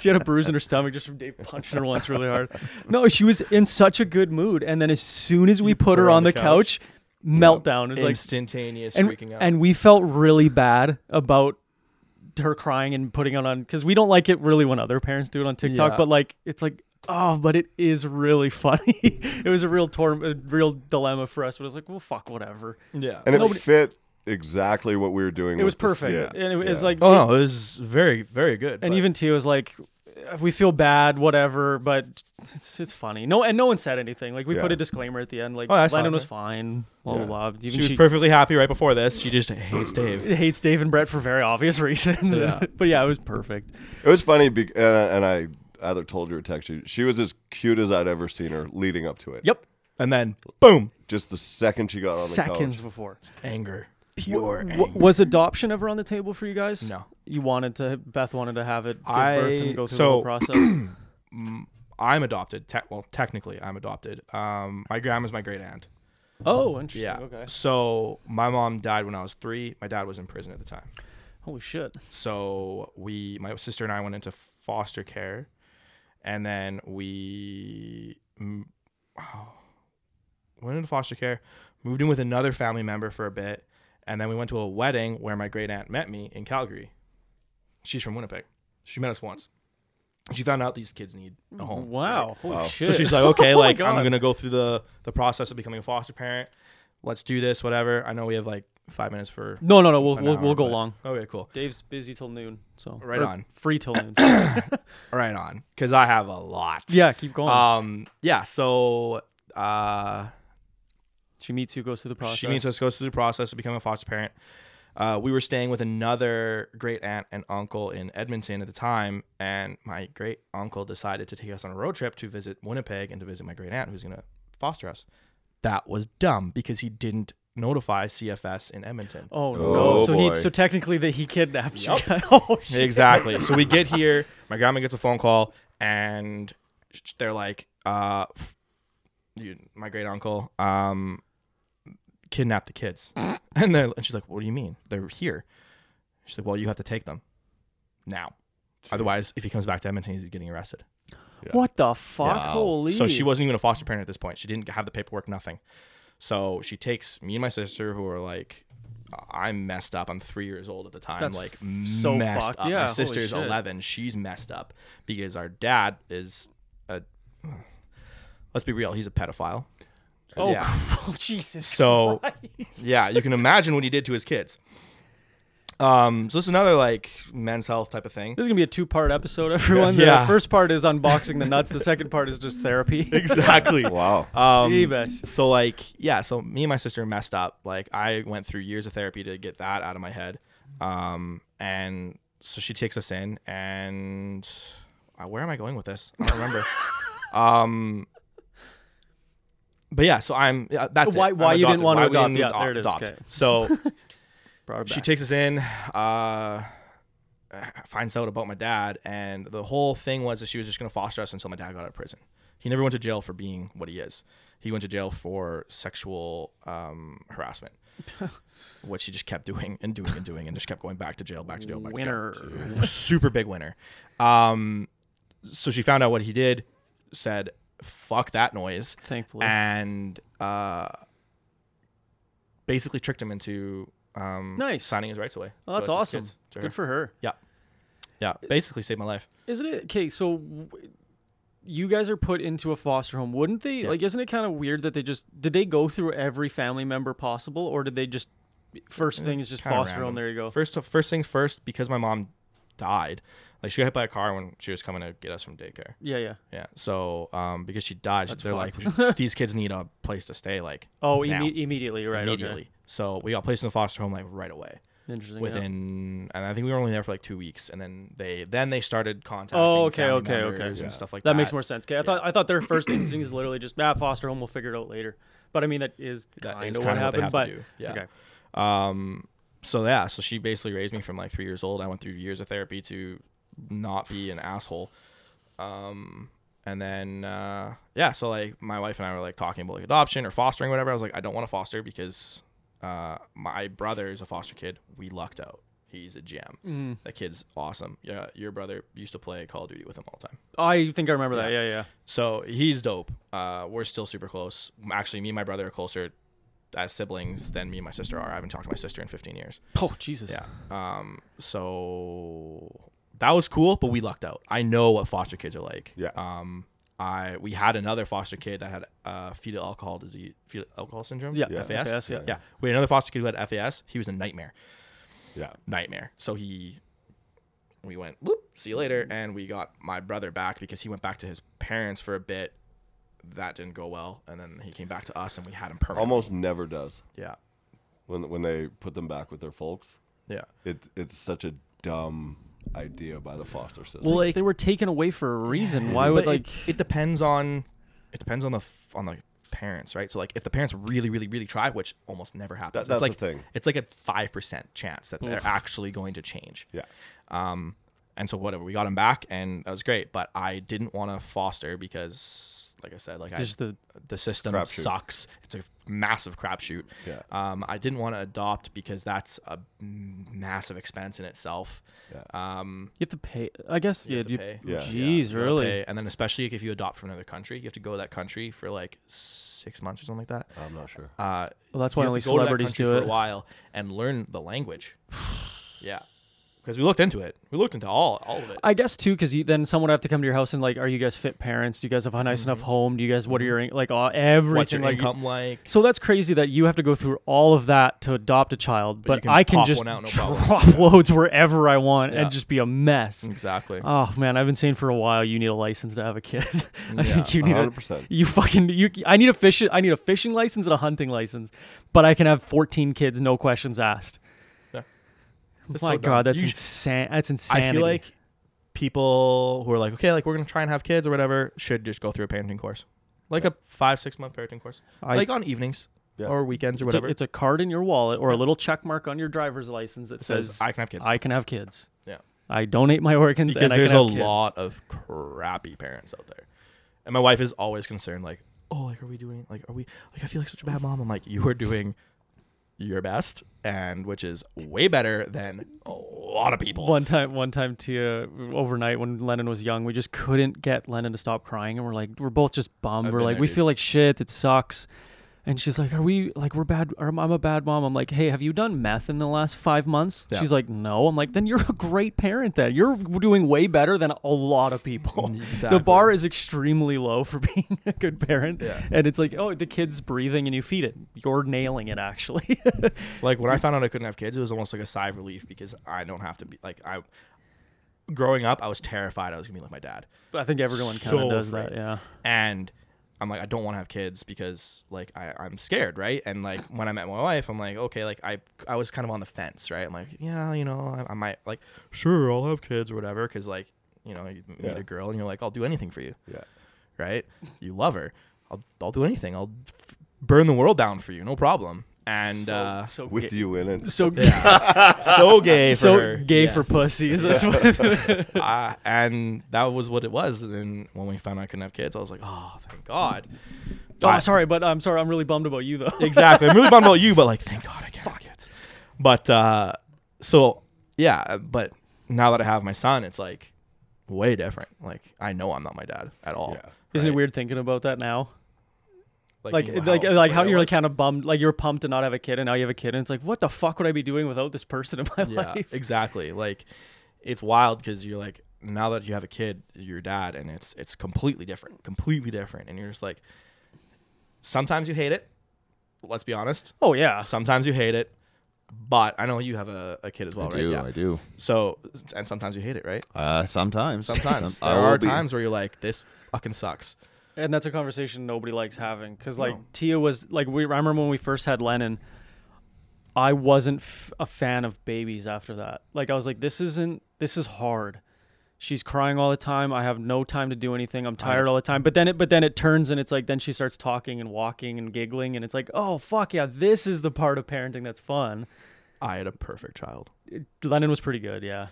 she had a bruise in her stomach just from Dave punching her once really hard. No, she was in such a good mood, and then as soon as we put her on the couch, meltdown. It was like
instantaneous
and,
freaking out.
and we felt really bad about her crying and putting it on because we don't like it really when other parents do it on TikTok,
Yeah.
but like it's like oh, but it is really funny. it was a real tor- a real dilemma for us, but it was like well, fuck, whatever.
yeah.
And it
Nobody-
fit exactly what we were doing.
It was
with the
perfect,
skit.
and it was
Yeah.
like
oh no, it was very very good.
and
but-
even Tia was like, "We feel bad, whatever, but it's it's funny." No, and no one said anything. Like we put
Yeah.
a disclaimer at the end, like
Oh, I saw
Lennon
it,
was
man.
fine, blah blah blah. Even
she was perfectly happy right before this. She just hates Dave.
hates Dave and Brett for very obvious reasons.
Yeah.
but yeah, it was perfect.
It was funny, be- and, I- and I either told you or texted you. She was as cute as I'd ever seen her leading up to it.
Yep,
And then boom,
Just the second she got on the
seconds
couch.
before.
anger, pure
W- was adoption ever on the table for you guys?
No.
You wanted to. Beth wanted to have it give birth
I-
and go through
so-
the whole process.
I'm adopted. Te- well, technically, I'm adopted. Um, my grandma's my great aunt.
oh, interesting.
Yeah.
Okay.
So my mom died when I was three. My dad was in prison at the time.
Holy shit.
So we, my sister and I, went into foster care, and then we mm, oh, went into foster care, moved in with another family member for a bit, and then we went to a wedding where my great aunt met me in Calgary. She's from Winnipeg. She met us once. She found out these kids need a home.
Wow. Holy
Wow. So
shit.
Oh, So she's like, okay,
Oh my
like I'm
God.
gonna go through the the process of becoming a foster parent. Let's do this, whatever. I know we have like five minutes for.
No, no, no. We'll
an
we'll,
hour,
we'll go
but-
long.
Okay, cool.
Dave's busy till noon, so
Right
or
on.
Free till noon. sorry.
Right on, because I have a lot.
yeah, keep going.
Um. Yeah. So. Uh.
she meets you, goes through the process.
She meets us, goes through the process of becoming a foster parent. Uh, we were staying with another great aunt and uncle in Edmonton at the time, and my great uncle decided to take us on a road trip to visit Winnipeg and to visit my great aunt, who's going to foster us. That was dumb because he didn't notify CFS in Edmonton.
Oh no!
Oh,
so
boy.
he so technically that he kidnapped you. oh shit!
Exactly. so we get here. My grandma gets a phone call, and sh- they're like, uh, f- you, my great uncle, um, kidnapped the kids. and, they're, and she's like, what do you mean? They're here. She's like, well, you have to take them now. Otherwise, if he comes back to Edmonton, he's getting arrested.
What the fuck?
Wow.
Holy!
So she wasn't even a foster parent at this point. She didn't have the paperwork, nothing. So she takes me and my sister, who are like, I'm messed up. I'm three years old at the time.
That's
like
f- so
messed
fucked.
Up.
Yeah,
my
holy
sister's
shit.
11. She's messed up because our dad is a. Let's be real. He's a pedophile.
Oh,
yeah.
Jesus!
So
Christ.
yeah, you can imagine what he did to his kids. Um, so it's another like men's health type of thing.
This is gonna be a two-part episode, everyone.
Yeah.
The first part is unboxing the nuts. The second part is just therapy.
Exactly.
Wow.
Um,
Jeebus.
So like, yeah. So me and my sister messed up. Like I went through years of therapy to get that out of my head. Um, and so she takes us in, and uh, where am I going with this? I don't remember. um, but yeah. So I'm. Yeah, that's it.
Why-
I'm
why you didn't
adopted.
want to
Why we
adopt.
didn't
Yeah, there it is.
adopt.
Okay.
So
Brought her
she
back.
takes us in uh finds out about my dad and the whole thing was that she was just going to foster us until my dad got out of prison he never went to jail for being what he is he went to jail for sexual um, harassment which he just kept doing and doing and doing and just kept going back to jail back to jail back
Winner.
to jail super big winner um, so she found out what he did said fuck that noise
Thankfully.
and uh, basically tricked him into um,
Nice.
signing his rights away.
Oh, that's
So it's his
awesome.
kids to her.
Good for her.
yeah, yeah. Basically saved my life.
Isn't it okay? So w- you guys are put into a foster home, wouldn't they? Like, isn't it kind of weird that they just did they go through every family member possible, or did they just First thing is just
Kinda
Fosterville,
random.
and there you go.
First, first thing first, because my mom died. Like she got hit by a car when she was coming to get us from daycare.
Yeah, yeah.
Yeah. So, um, because she died, they're
fucked.
like, these kids need a place to stay. Like,
Oh,
now,
imme- immediately, right? okay.
immediately. So we got placed in a foster home like right away.
Interesting. yeah.
Within, and I think we were only there for like two weeks, and then they then they started contacting.
Oh, okay,
family
okay, okay.
members And
Yeah.
stuff like
that
that.
makes more sense. Okay, I thought I thought their first instinct is literally just ah, foster home. We'll figure it out later. But I mean, that is
That
kind
is
of what
kinda what they
happened.
have to
but
do, yeah.
okay,
Um, so yeah, so she basically raised me from like three years old. I went through years of therapy to not be an asshole. Um, and then uh, yeah, so like my wife and I were like talking about like adoption or fostering, whatever. I was like, I don't want to foster because uh, my brother is a foster kid. We lucked out. He's a gem. That kid's awesome. Yeah, your brother used to play Call of Duty with him all the time.
I think I remember that. Yeah, yeah.
So he's dope. Uh, we're still super close. Actually, me and my brother are closer as siblings than me and my sister are. I haven't talked to my sister in 15 years.
Oh Jesus.
Yeah. Um. So that was cool, but we lucked out. I know what foster kids are like.
Yeah.
Um. I we had another foster kid that had uh, fetal alcohol disease, fetal alcohol syndrome.
Yeah,
FAS.
FAS, yeah.
Yeah. We had another foster kid who had FAS. He was a nightmare.
Yeah.
Nightmare. So he. We went. Whoop, see you later, and we got my brother back because he went back to his parents for a bit. That didn't go well, and then he came back to us, and we had him permanently.
Almost never does
Yeah.
when when they put them back with their folks.
Yeah.
It it's such a dumb idea by the foster system.
Well, like
They were taken away for a reason. Why would
But
like?
it- it, depends on it depends on the f- on the parents right so like if the parents really really really try which almost never happens
That-
it's
that's the
like
thing.
it's like a 5% chance that they're actually going to change
yeah.
um and so whatever we got him back and that was great but i didn't want to foster because like i said like
Just
I,
the-
the system
Crapshoot.
sucks it's a massive crapshoot
Yeah.
um i didn't want to adopt because that's a massive expense in itself
Yeah.
uh,
um
You have to pay. I guess.
You
yeah.
have to
you,
pay.
Yeah.
Jeez,
you gotta
really?
pay. And then especially if you adopt from another country, you have to go to that country for like six months or something like that.
I'm not sure.
Uh,
Well, that's
you
why
have
only
to go to that
celebrities
country
do
for
it.
a while and learn the language. yeah, because we looked into it. We looked into all all of it.
I guess too, because then someone would have to come to your house and like, are you guys fit parents? Do you guys have a nice enough home? Do you guys what are your in- like all, everything
Mm-hmm. What's your
like?
income like?
So that's crazy that you have to go through all of that to adopt a child, but,
you can
I can
pop
just
one out, no
drop loads wherever I want
Yeah. Mm.
and just be a mess.
Exactly.
Oh man, I've been saying for a while you need a license to have a kid. I think you need a
100%.
you fucking you. I need a fish. I need a fishing license and a hunting license, but I can have 14 kids, no questions asked. Oh
It's
My
so dumb.
God, that's
You sh-
insane. That's insanity.
I feel like people who are like, okay, like we're gonna try and have kids or whatever, should just go through a parenting course, like a five six month parenting course,
I-
like on evenings or weekends or
It's a,
whatever.
it's a card in your wallet or a little check mark on your driver's license that
says,
says,
"I can have kids."
I can have kids.
yeah.
I donate my organs
because
and
there's a
I can have kids.
lot of crappy parents out there, and my wife is always concerned, like, oh, like are we doing, like, are we, like, I feel like such a bad mom. I'm like, you are doing your best, and which is way better than a lot of people.
One time, one time, Tia, overnight when Lennon was young, we just couldn't get Lennon to stop crying, and we're like, we're both just bummed.
I've
we're
been
like,
there,
we
dude.
feel like shit. It sucks. And she's like, "Are we like we're bad? Or I'm a bad mom." I'm like, "Hey, have you done meth in the last five months?"
Yeah.
She's like, "No." I'm like, "Then you're a great parent. Then you're doing way better than a lot of people.
Exactly.
The bar is extremely low for being a good parent.
Yeah.
And it's like, oh, the kid's breathing, and you feed it. You're nailing it, actually.
Like when I found out I couldn't have kids, it was almost like a sigh of relief because I don't have to be like I. Growing up, I was terrified I was gonna be like my dad.
I think everyone kind of
So
does that.
afraid.
Yeah.
and I'm like, I don't want to have kids because like I, I'm scared, right? And like when I met my wife, I'm like, okay, like I I was kind of on the fence, right? I'm like, yeah, you know, I, I might like, sure, I'll have kids or whatever, because like, you know, you meet a girl and you're like, I'll do anything for you,
Yeah.
right? You love her, I'll I'll do anything, I'll f- burn the world down for you, no problem. And uh, so,
So
With
ga-
you in it.
So
gay, for
so
her.
gay
Yeah.
for pussy. Is this what?
uh, and that was what it was. And then when we found out I couldn't have kids, I was like, oh, thank God.
oh,
But-
sorry, but I'm sorry. I'm really bummed about you though.
exactly. I'm really bummed about you, but like, thank God I can't have kids. But uh, so yeah, but now that I have my son, it's like way different. Like I know I'm not my dad at all.
Yeah.
Isn't it
right?
weird thinking about that now? Like,
you know
like, like how
great I
you're like
was.
kind of bummed, like you're pumped to not have a kid, and now you have a kid, and it's like, what the fuck would I be doing without this person in my
yeah,
life?
exactly. Like it's wild because you're like now that you have a kid, you're a dad, and it's it's completely different, completely different, and you're just like sometimes you hate it. Let's be honest.
Oh yeah,
Sometimes you hate it. But I know you have a, a kid as well,
I
right?
do, I do.
So, and sometimes you hate it, right?
Uh, sometimes,
Sometimes
I
there
will
are
be.
times where you're like, this fucking sucks.
And that's a conversation nobody likes having because like Tia was like we I remember when we first had Lennon. I wasn't f- a fan of babies after that. Like I was like, this isn't this is hard. She's crying all the time. I have no time to do anything. I'm tired all the time. But then it but then it turns and it's like then she starts talking and walking and giggling and it's like, oh fuck yeah, this is the part of parenting that's fun.
I had a perfect child.
Lennon was pretty good, yeah.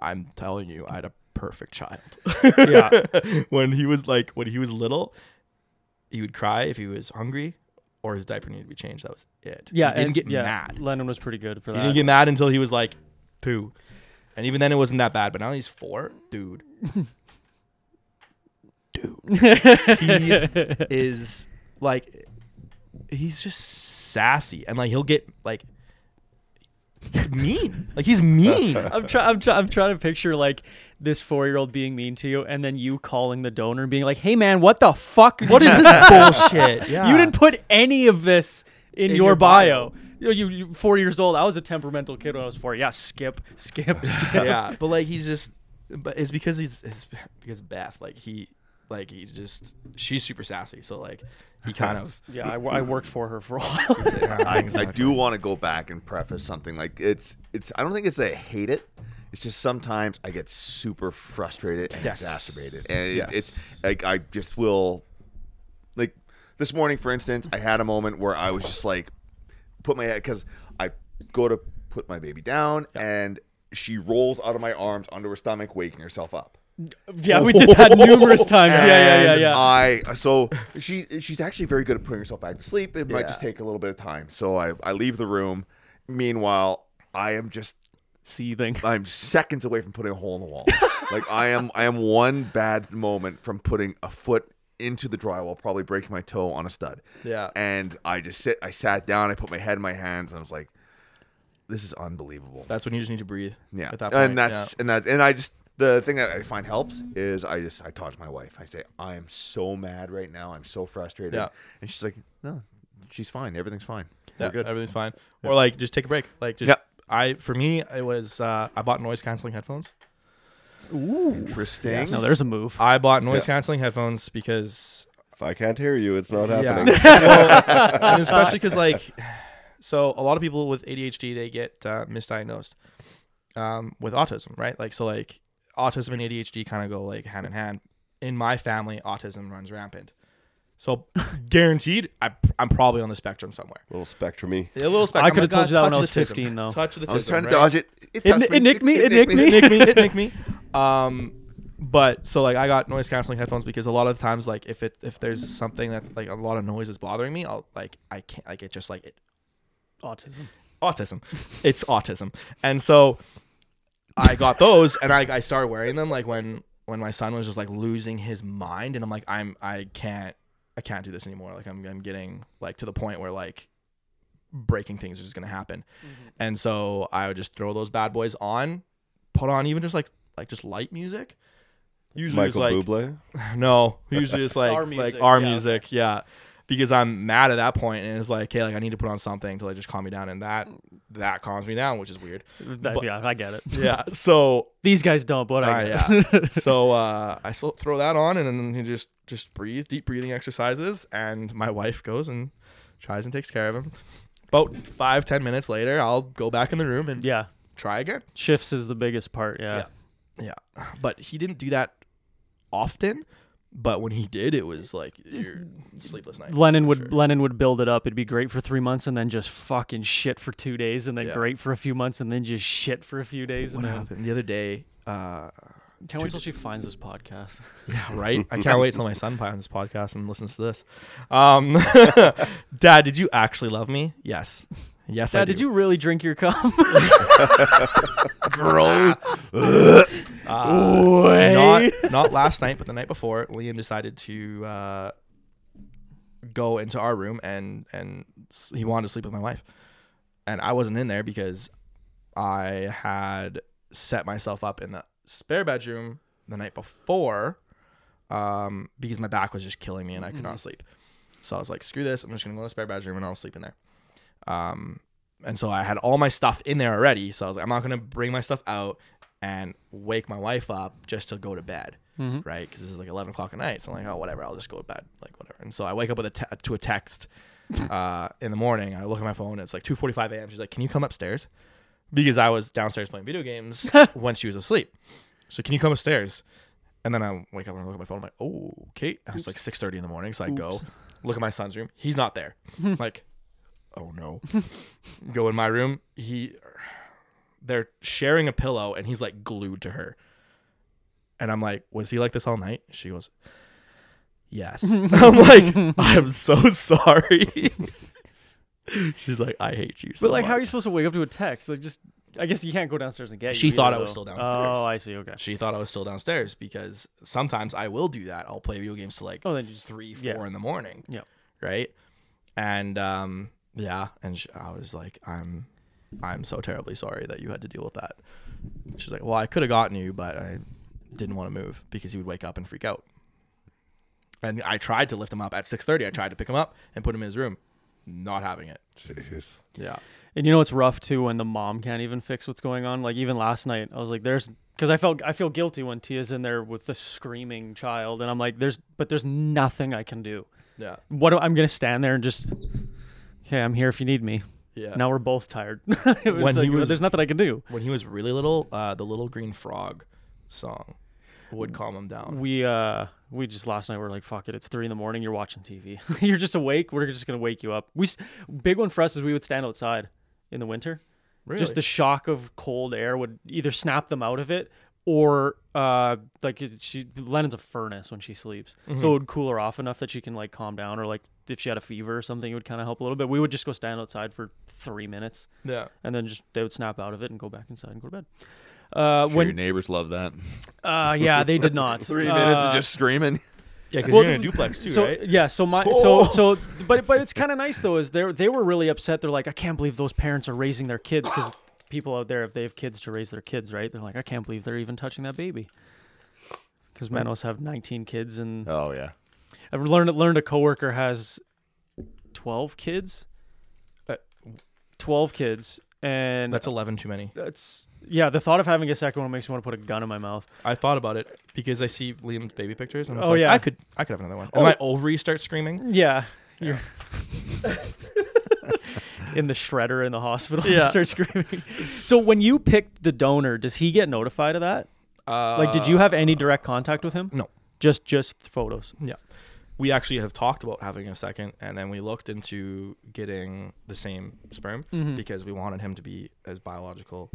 I'm telling you, I had a perfect child.
Yeah.
when he was like, when he was little, he would cry if he was hungry or his diaper needed to be changed. That was it.
Yeah,
He didn't
and-
get
yeah,
mad.
Lennon was pretty good for
He
that.
didn't get mad until he was like two. And even then, it wasn't that bad. But now he's four, dude. dude, he is like, he's just sassy, and like he'll get like mean. Like he's mean.
I'm trying. I'm, try- I'm trying to picture like this four year old being mean to you, and then you calling the donor and being like, "Hey, man, what the fuck?
what is this bullshit? Yeah.
You didn't put any of this in,
In
your,
your
bio. You, you, you four years old. I was a temperamental kid when I was four. Yeah, skip, skip, skip.
yeah, but like he's just, but it's because he's it's because Beth, like he, like he just she's super sassy. So like he kind of.
yeah, I, wo- I worked for her for a while.
I, I do want to go back and preface something like it's it's I don't think it's that I hate it. It's just sometimes I get super frustrated and
Yes.
exacerbated, and it's,
Yes.
it's like I just will. Like this morning, for instance, I had a moment where I was just like, put my head because I go to put my baby down, and she rolls out of my arms onto her stomach, waking herself up.
yeah, we did that numerous times. Yeah, yeah, yeah,
And
uh,
yeah.
I so she she's actually very good at putting herself back to sleep. It might just take a little bit of time. So I I leave the room. Meanwhile, I am just
Seething.
I'm seconds away from putting a hole in the wall. like I am I am one bad moment from putting a foot into the drywall, probably breaking my toe on a stud.
Yeah.
And I just sit I sat down, I put my head in my hands, and I was like, this is unbelievable.
That's when you just need to breathe.
Yeah,
At that point.
and that's and that's and I just the thing that I find helps is I just I talk to my wife. I say I am so mad right now. I'm so frustrated.
Yeah.
and she's like, no, she's fine. Everything's fine.
yeah,
We're good.
Everything's fine. Or like just take a break. Like just
Yeah.
I for me it was uh, I bought noise canceling headphones.
Interesting.
No, there's a move.
I bought noise canceling headphones because
If I can't hear you, it's not
yeah,
happening.
Well, and especially because like so a lot of people with ADHD they get uh, misdiagnosed um, with autism, right? Like so like autism and ADHD kind of go like hand in hand. In my family, autism runs rampant. So guaranteed, I, I'm probably on the spectrum somewhere.
little spectrum
A little spectrum.
coulda
I'm like,
told you
"God,
that when
touch
I was
the tism.
15 though.
Touch the
I was
tism,
trying to
right?
dodge it. It,
It,
touched
it nicked me. It nicked
hit
me.
me, hit nick me. Um, but so like I got noise canceling headphones because a lot of times like if it if there's something that's like a lot of noise is bothering me, I'll like I can't like it just like it
Autism.
autism. It's autism. And so I got those and I, I started wearing them like when when my son was just like losing his mind and I'm like I'm I can't I can't do this anymore. Like I'm I'm getting like to the point where like breaking things is just gonna happen. And so I would just throw those bad boys on, put on even just like like just light music. Usually it's
Michael
like
Bublé.
no, usually it's like
Our
our music,
music,
like our
yeah,
music, yeah. Because I'm mad at that point, and it's like, hey, like I need to put on something to like just calm me down, and that that calms me down, which is weird.
That-
But-
yeah, I get it.
Yeah. So
These guys don't, but I
uh,
get it.
yeah. so uh, I still throw that on, and then you just just breathe, deep breathing exercises, and my wife goes and tries and takes care of him. About five ten minutes later, I'll go back in the room and
yeah.
try again.
Shifts is the biggest part. Yeah.
Yeah, but he didn't do that often. But when he did, it was like your sleepless night.
Lennon
for
would
sure.
Lennon would build it up. It'd be great for three months, and then just fucking shit for two days, and then
Yeah.
great for a few months, and then just shit for a few days.
What
and
happened the other day? Uh,
Then, can't wait till she finds this podcast.
yeah, right. I can't wait till my son finds this podcast and listens to this. Um, Dad, did you actually love me? Yes, yes. I
Dad,
do.
did you really drink your cup?
Uh, not not last night, but the night before, Liam decided to uh, go into our room and and s- he wanted to sleep with my wife, and I wasn't in there because I had set myself up in the spare bedroom the night before, um, because my back was just killing me and I could not sleep. So I was like, screw this, I'm just gonna go in the spare bedroom and I'll sleep in there. Um, and so I had all my stuff in there already. So I was like, I'm not gonna bring my stuff out and wake my wife up just to go to bed, right? Because this is like 11 o'clock at night. So I'm like, oh, whatever, I'll just go to bed, like whatever. And so I wake up with a te- to a text uh, in the morning. I look at my phone. It's like 2:45 a.m. She's like, can you come upstairs? Because I was downstairs playing video games when she was asleep. So can you come upstairs? And then I wake up and I look at my phone. I'm like, oh, okay. It's like 6:30 in the morning. So I go look at my son's room. He's not there. like, oh no. go in my room. He, they're sharing a pillow and he's like glued to her. And I'm like, was he like this all night? She goes, yes. I'm like, I'm so sorry. She's like, I hate you. So
But like, how are
much."
you supposed to wake up to a text? Like, just I guess you can't go downstairs and get.
She
you
thought
either,
I was still
though.
downstairs.
Oh, I see. Okay.
She thought I was still downstairs because sometimes I will do that. I'll play video games to like
Oh, then you just-
three, four
yeah.
in the morning.
Yep.
Right. And um, yeah, and sh I was like, I'm, I'm so terribly sorry that you had to deal with that. She's like, well, I could have gotten you, but I didn't want to move because he would wake up and freak out. And I tried to lift him up at 6:30. I tried to pick him up and put him in his room. Not having it.
Jeez.
Yeah.
And you know it's rough too when the mom can't even fix what's going on. Like even last night, I was like, "There's," because I felt I feel guilty when Tia's in there with the screaming child, and I'm like, "There's," but there's nothing I can do.
Yeah.
What do- I'm gonna stand there and just, okay, I'm here if you need me.
Yeah.
Now we're both tired. It was
When he
like,
was-
there's nothing I can do.
when he was really little, uh, the Little Green Frog song would calm him down.
We uh we just last night we were like, "Fuck it, it's three in the morning. You're watching TV. you're just awake. We're just gonna wake you up." We s- big one for us is we would stand outside in the winter. Just the shock of cold air would either snap them out of it or uh like is she Lennon's a furnace when she sleeps. So it would cool her off enough that she can like calm down or like if she had a fever or something it would kind of help a little bit. We would just go stand outside for 3 minutes
yeah.
and then just they would snap out of it and go back inside and go to bed. Uh
Sure, your
when
neighbors love that.
uh yeah, they did not.
Three minutes of
Uh,
just screaming.
Yeah, because
Well,
you're in a
th-
duplex too,
so,
right?
Yeah. So my so
Oh.
so, but but it's kind of nice though. Is they they were really upset. They're like, I can't believe those parents are raising their kids because people out there, if they have kids to raise their kids, right? They're like, I can't believe they're even touching that baby. Because Manos have 19 kids, and
Oh yeah.
I've learned learned a coworker has 12 kids.
Uh,
12 kids, and
That's eleven too many.
that's yeah. The thought of having a second one makes me want to put a gun in my mouth.
I thought about it because I see Liam's baby pictures, and I'm
Oh,
like,
yeah.
I could, I could have another one. And my ovaries start screaming.
Yeah. You're in the shredder in the hospital. Yeah.
Yeah.
Start screaming. So when you picked the donor, does he get notified of that?
Uh,
Like, did you have any direct contact with him?
no.
Just just photos.
Yeah, we actually have talked about having a second, and then we looked into getting the same sperm because we wanted him to be as biological.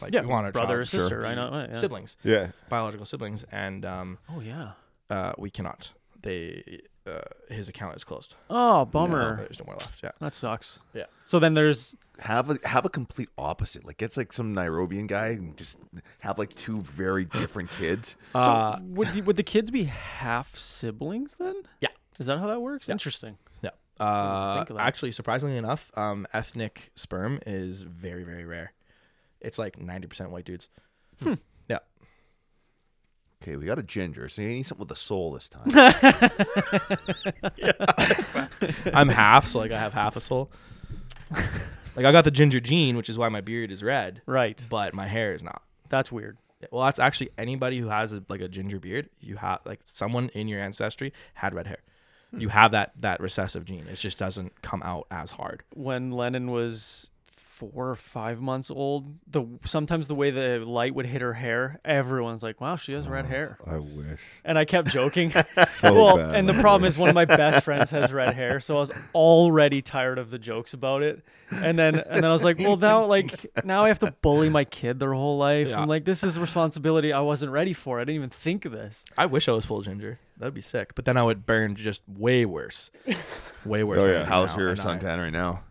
Like
Yeah,
we wanted
brother or
child to
sister,
be
right? Not- right, yeah.
Siblings,
Yeah.
biological siblings, and um,
Oh yeah.
uh, we cannot. They, uh, his account is closed.
Oh
Uh,
bummer.
There's no more left. Yeah.
That sucks.
Yeah.
So then there's
Have a have a complete opposite. Like it's like some Nairobian guy and just have like two very different kids.
Uh,
so would you- would the kids be half siblings then?
Yeah.
Is that how that works? Interesting.
Yeah. Uh,
think of that.
actually, surprisingly enough, um, ethnic sperm is very, very rare. It's like 90% white dudes.
Hmm.
Yeah.
Okay, we got a ginger, so you need something with a soul this time.
I'm half, so like I have half a soul. like I got the ginger gene, which is why my beard is red,
Right.
but my hair is not.
That's weird.
Yeah, Well, that's actually anybody who has a, like a ginger beard, you have like someone in your ancestry had red hair. You have that that recessive gene. It just doesn't come out as hard.
when Lennon was four or five months old, the sometimes the way the light would hit her hair, everyone's like, "Wow, she has red hair."
I wish.
And I kept joking.
So
well,
bad,
and the
man.
problem is one of my best friends has red hair, so I was already tired of the jokes about it. And then and then I was like, "Well, now like now I have to bully my kid their whole life."
Yeah.
I'm like, "This is a responsibility I wasn't ready for. I didn't even think of this."
I wish I was full ginger. That'd be sick. But then I would burn just way worse, way worse.
Oh,
than
yeah.
I do
How's
now,
your
and I-
suntan right now?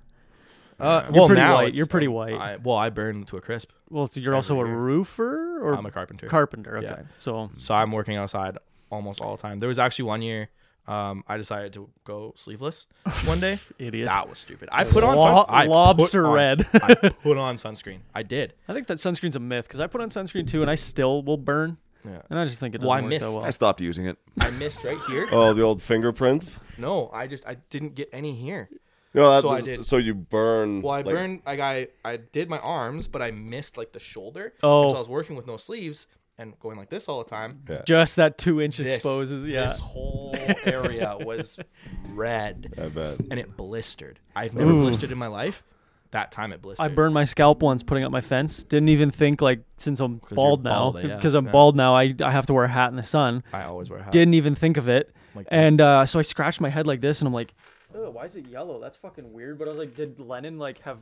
Uh, well,
pretty
now
white.
it's-
You're pretty white.
I, well, I burn to a crisp.
Well, so you're also a
year.
roofer or
I'm a carpenter.
carpenter. Okay,
Yeah. Mm.
so
so I'm working outside almost all the time. There was actually one year um, I decided to go sleeveless one day.
Idiots.
That was stupid. I put on
Lo-
sun- I put
lobster
on-
red.
I put on sunscreen. I did.
I think that sunscreen's a myth because I put on sunscreen too, and I still will burn.
Yeah.
And I just think it doesn't
Well, I
work that
missed.
well. Oh.
I stopped using it.
I missed right here.
Oh, the old fingerprints.
No, I just I didn't get any here.
No, that,
So I
does-
did.
So you burn.
Well, I
like-
burned. Like I, I did my arms, but I missed like the shoulder.
Oh.
so I was working with no sleeves and going like this all the time.
Just that two inch
This-
exposes. Yeah.
This whole area was red.
I bet.
and it blistered. I've never blistered in my life. That time it blistered.
I burned my scalp once putting up my fence. Didn't even think like since I'm
you're
bald now
bald, yeah,
because I'm
yeah.
bald now I, I have to wear a hat in the sun.
I always wear a hat.
Didn't even think of it.
Like that.
and uh, so I scratched my head like this and I'm like, "Ugh, why is it yellow? That's fucking weird. But I was like, did Lennon like have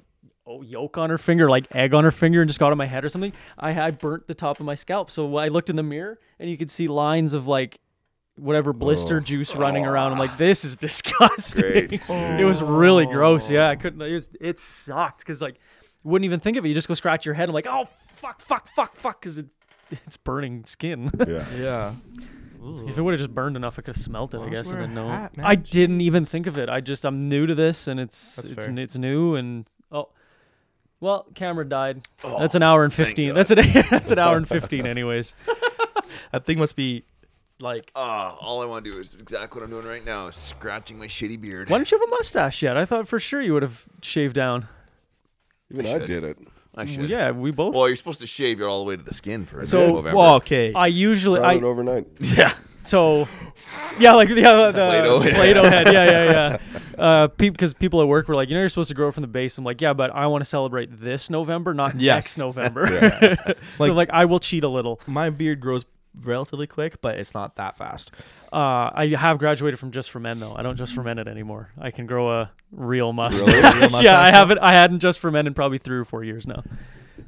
oh, yolk on her finger, like egg on her finger and just got on my head or something? I, I burnt the top of my scalp. So I looked in the mirror and you could see lines of like whatever blister juice running around. I'm like, this is disgusting.
Great.
It was really gross. Yeah, I couldn't. It, was, it sucked because like wouldn't even think of it. You just go scratch your head. I'm like, oh fuck, fuck, fuck, fuck, because it, it's burning skin.
Yeah.
Yeah.
if it would have just burned enough, I could have smelt it. I
Why
guess.
was
And
wear
then
a
no,
hat, man?
I didn't even think of it. I just I'm new to this, and it's
That's
it's
fair.
it's new and oh. Well, camera died. that's an hour and fifteen. That's an that's an hour and fifteen, anyways.
That thing must be like
Ah, all I want to do is exactly what I'm doing right now: is scratching my shitty beard.
Why don't you have a mustache yet? I thought for sure you would have shaved down.
Even I, did it.
I should.
Yeah, we both.
Well, you're supposed to shave it all the way to the skin for
So-
so, November.
well, okay.
I usually
Tried
I
it overnight.
yeah.
So, yeah, like the, uh, the
Play-Doh
Play-Doh,
head.
head. Yeah, yeah, yeah. Uh, because people at work were like, you know, you're supposed to grow it from the base. I'm like, yeah, but I want to celebrate this November, not next
Yes.
November.
Like-
so like, I will cheat a little.
my beard grows relatively quick, but it's not that fast.
Uh, I have graduated from just for men though. I don't just for men it anymore. I can grow a real mustache.
Real mustache
yeah, I
now?
haven't. I hadn't just for men in probably three or four years now,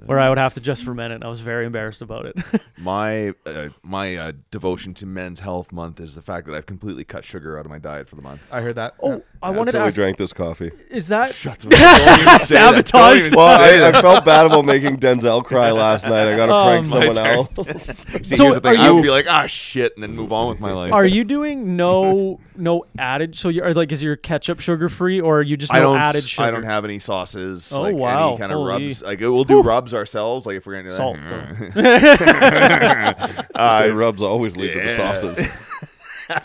where I would have to just for men it. And I was very embarrassed about it.
My uh, my uh, devotion to Men's Health Month is the fact that I've completely cut sugar out of my diet for the month.
I heard that.
oh, I wanted to
Until we
ask:
drank this coffee.
Is that
Shut the Don't even say that. Don't even
Sabotaged.
say that.
Well, I, I felt bad about making Denzel cry last night. I got
Oh,
to prank
Um,
someone
My
else.
See,
So
here's the
are
thing. I
you-
would be like, ah, shit, and then move on with my life.
Are you doing no no added? So you're like, is your ketchup sugar free, or are you just no
I don't.
added
s-
sugar?
I don't have any sauces.
Oh,
like
wow.
Any kind of
Holy-
rubs. Like we'll do rubs ourselves. Like if we're gonna do
salt.
that.
though.
I say rubs always lead to the
Yeah.
sauces.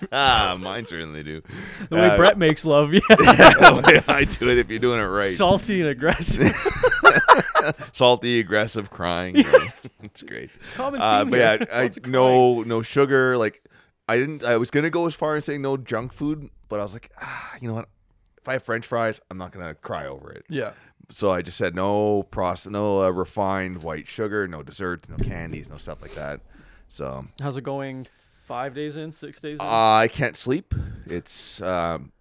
ah, mine certainly do.
the way
Uh,
Brett makes love, yeah,
I do it if you're doing it right.
salty and
Uh,
aggressive.
Salty, aggressive, crying. right? it's great.
Common
Uh,
theme
but
here.
yeah, I, no no sugar. Like I didn't. I was gonna go as far as saying no junk food, but I was like, ah, you know what? If I have French fries, I'm not gonna cry over it.
Yeah.
So I just said no process, no uh, refined white sugar, no desserts, no candies, no stuff like that. So uh,
How's it going? Five days in, six days in.
I can't sleep. It's um,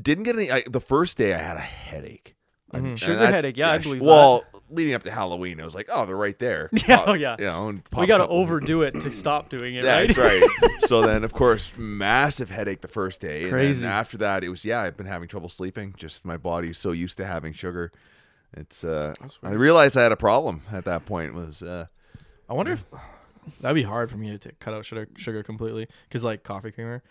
didn't get any. I, the first day I had a headache. I'm- and
Sugar
that's-
headache, yeah, I believe that.
Well, leading up to Halloween, I was like, oh, they're right there.
Yeah, oh, yeah.
You know, and pop a
we got to
couple-
overdo it to stop doing it,
Yeah,
right?
That's right. so then, of course, massive headache the first day. And
Crazy.
Then after that, it was yeah. I've been having trouble sleeping. Just my body's so used to having sugar. It's uh, I realized I had a problem at that point. Was uh,
I wonder if that'd be hard for me to take, cut out sugar, sugar completely because like coffee creamer,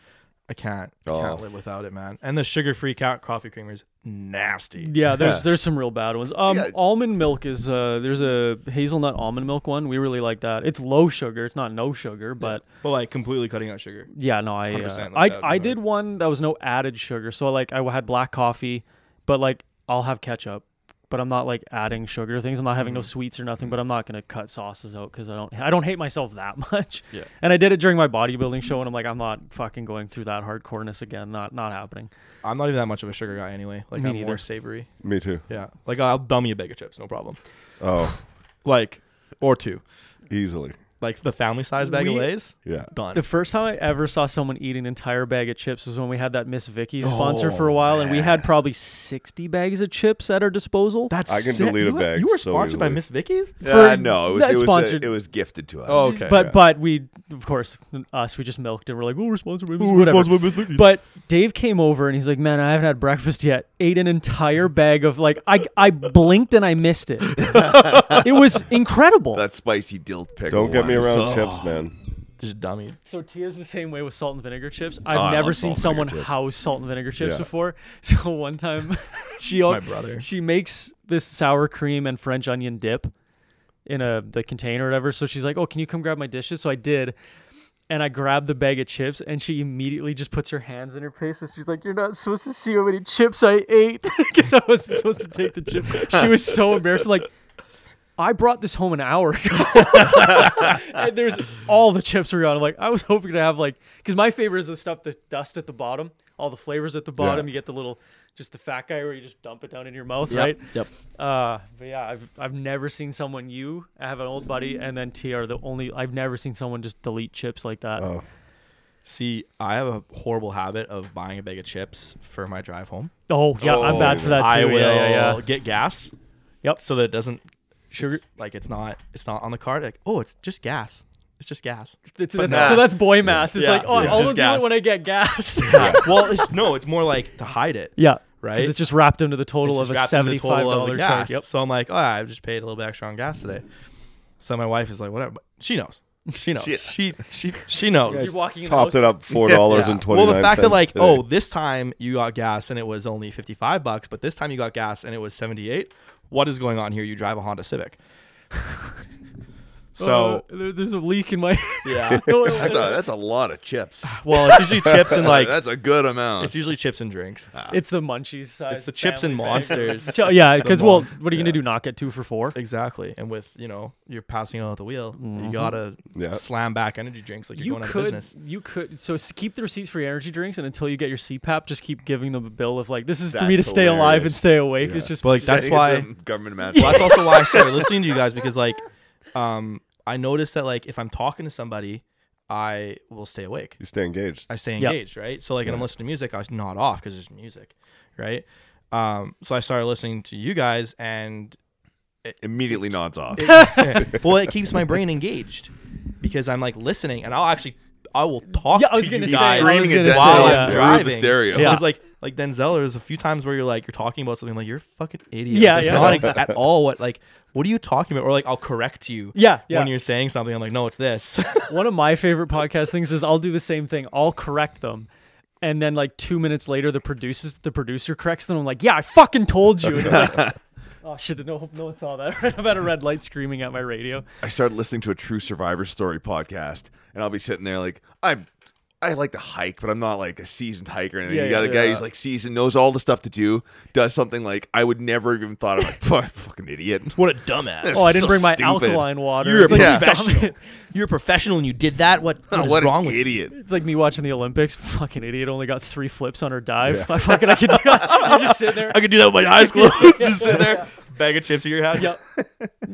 I can't. I can't
Oh.
live without it, man. And the sugar-free ca- coffee creamer is nasty.
Yeah, there's there's some real bad ones. Um,
Yeah.
almond milk is uh, there's a hazelnut almond milk one. We really like that. It's low sugar. It's not no sugar, but
But like completely cutting out sugar.
Yeah, no, I uh,
100% like
I
that,
I
right?
did one that was no added sugar. So like I had black coffee, but like I'll have ketchup, but I'm not like adding sugar to things. I'm not having no
Mm-hmm.
sweets or nothing, but I'm not gonna cut sauces out because I don't I don't hate myself that much.
Yeah.
And I did it during my bodybuilding show, and I'm like I'm not fucking going through that hardcoreness again. Not not happening.
I'm not even that much of a sugar guy anyway. Like
Me
I'm
neither.
more savory.
Me too.
Yeah. Like I'll dummy a bag of chips, no problem.
Oh,
Like or two.
easily.
Like the family size bag
We-
of Lay's.
Yeah.
Done.
The first time I ever saw someone eat an entire bag of chips was when we had that Miss Vicky sponsor for a
Oh,
while, and we had probably 60 bags of chips at our disposal.
That's
I can
sick.
delete a
You-
bag
You were
so
sponsored by
easily.
Miss Vicky's?
uh, no, it was
not
it was, uh,
sponsored.
it was gifted to us.
Oh, okay.
but but we of course us we just milked and we're like, oh, we're sponsored by Miss whatever. But Dave came over and he's like, man, I haven't had breakfast yet. Ate an entire bag of like I I blinked and I missed it. it was incredible.
that spicy dill pickle.
Don't get
one was-
me around
oh.
chips, man.
Just dummy.
so Tia's the same way with salt and vinegar chips.
Oh,
I've
I
never
love
seen
salt
someone
and vinegar chips.
house salt and vinegar chips
Yeah.
before. So one time, she al-
my brother.
she makes this sour cream and French onion dip in a the container or whatever. So she's like, "Oh, can you come grab my dishes?" So I did. and I grabbed the bag of chips, and she immediately just puts her hands in her face, and she's like, "You're not supposed to see how many chips I ate because I was supposed to take the chip." She was so embarrassed. I'm like, I brought this home an hour ago, and there's all the chips were gone. I'm like, I was hoping to have like, because my favorite is the stuff that's dust at the bottom, all the flavors at the bottom. You get the little, just the fat guy where you just dump it down in your mouth, right?
Yep.
Uh, but yeah, I've I've never seen someone you I have an old buddy and then T are the only I've never seen someone just delete chips like that.
Oh.
See, I have a horrible habit of buying a bag of chips for my drive home.
Oh yeah, I'm bad for that too.
I will
Yeah, yeah, yeah.
get gas.
Yep.
So that it doesn't
Sugar-
it's- like it's not it's not on the card. Like oh, it's just gas. It's just gas.
It's- that's- So that's boy math. It's
Yeah,
like oh,
it's
I'll
just
do
gas.
it when I get gas.
well, it's no. It's more like to hide it.
yeah, 'cause
Right?
It's just wrapped into the
It's
total
just
of a
wrapped in the
seventy-five
total of the
dollar
gas.
charge. Yep.
So I'm like, oh, I've just paid a little bit extra on gas today. So my wife is like, whatever. But she knows. She knows. she, she she knows.
You're walking in the
Topped
house-
it up four dollars
Yeah.
and twenty nine.
Well, the fact that like, oh, this time you got gas and it was only fifty five bucks, but this time you got gas and it was seventy eight. What is going on here? You drive a Honda Civic.
Uh,
so
there- there's a leak in my.
yeah.
That's a that's a lot of chips.
Well, it's usually chips and like
that's a good amount. Ah.
it's usually chips and drinks.
it's the munchies size.
It's the chips and
family bag.
monsters.
Ch- yeah, because well,
monst-
what are you gonna do? Not get two for four?
Exactly. And with you know you're passing out at the wheel,
Mm-hmm.
you gotta
Yeah.
slam back energy drinks like you're
you
going out of
could
business.
you could so s- keep the receipts for your energy drinks and until you get your cpap just keep giving them a bill of like this is for me to
That's
stay alive and
hilarious.
stay awake it's just
But, like,
I
that's
think it's
why-
a government match.
Well, that's also why I started listening to you guys because like, um, I noticed that like if I'm talking to somebody, I will stay awake.
you stay engaged.
I stay
Yeah.
engaged, right? So like, and I'm listening to music, I was not off because there's music, right? Um, so I started listening to you guys, and
Immediately nods off.
well, it keeps my brain engaged because I'm like listening, and I'll actually, I will talk.
Yeah, I was
to
gonna
you
say,
guys
I was
Screaming
gonna
at
say,
Denzel
yeah.
through
driving.
the stereo.
Yeah.
It's like like Denzel. There's a few times where you're like you're talking about something like you're a fucking idiot.
Yeah,
That's
yeah.
not at all what like what are you talking about? Or like I'll correct you.
Yeah, yeah.
When you're saying something, I'm like, no, it's this.
one of my favorite podcast things is i'll do the same thing i'll correct them and then like two minutes later the producers the producer corrects them i'm like yeah i fucking told you and it's like oh shit no hope no one saw that i've had a red light screaming at my radio
I started listening to a true survivor story podcast, and I'll be sitting there like I'm. I like to hike, but I'm not like a seasoned hiker. And
Yeah,
you got
yeah,
a guy
yeah.
who's like seasoned, knows all the stuff to do, does something like I would never have even thought of. Like, "Fuck, fucking idiot.
what a dumbass.
oh i didn't
So
bring my
stupid.
alkaline water
You're a
it's, like,
Yeah.
dumb-
professional. You're a professional and you did that. What, what is
what
wrong
an
with you?
idiot?
it's like me watching the olympics fucking idiot only got three flips on her dive i fucking i could do i just sit there
I could do that with my eyes closed. Just sit there, bag of chips in your house.
Yep.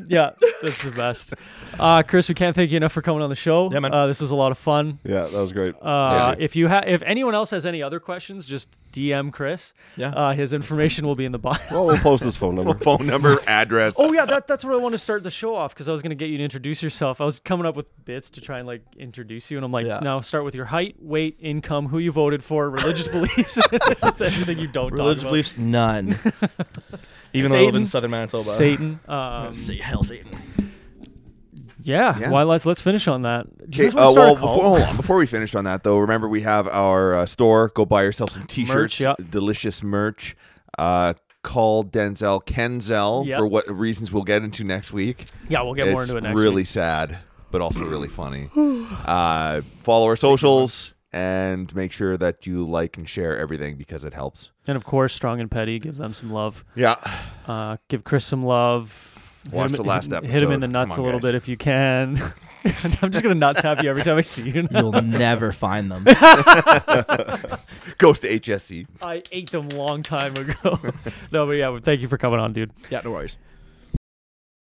yeah, that's the best. Uh, Chris, we can't thank you enough for coming on the show.
Yeah, man.
Uh, this was a lot of fun.
Yeah, that was great.
Uh,
Thank you.
if you have, if anyone else has any other questions, just DM Chris.
Yeah.
Uh, his information will be in the bio.
well, we'll post his phone number.
Phone number, address.
Oh yeah, that, that's what I want to start the show off because I was gonna get you to introduce yourself. I was coming up with bits to try and like introduce you, and I'm like,
Yeah.
no, start with your height, weight, income, who you voted for, religious beliefs, just everything you don't
Religious
talk about.
beliefs, none. Even though I live
Satan.
in southern Manitoba.
Satan. Um,
Sa- hell, Satan.
yeah.
Yeah.
Why? Let's let's finish on that. Do you guys
Okay,
wanna
uh,
start
well,
a call?
before, hold on. Before we finish on that, though, remember we have our uh, store. Go buy yourself some t-shirts,
yeah.
delicious merch. Uh, call Denzel Kenzel
Yep.
for what reasons we'll get into next week.
yeah, we'll get more into it next.
really sad, but also really funny. Uh, follow our socials and make sure that you like and share everything because it helps.
And of course, Strong and Petty, give them some love.
Yeah,
Uh, give Chris some love. Hit
Watch
him-
the last
hit- Hit him in
episode.
the
Come
nuts
on,
a little
guys.
bit if you can. I'm just gonna nut tap you every time I see you. now.
You'll never find them.
goes to HSC.
I ate them long time ago. no, but yeah, well, thank you for coming on, dude.
yeah, no worries.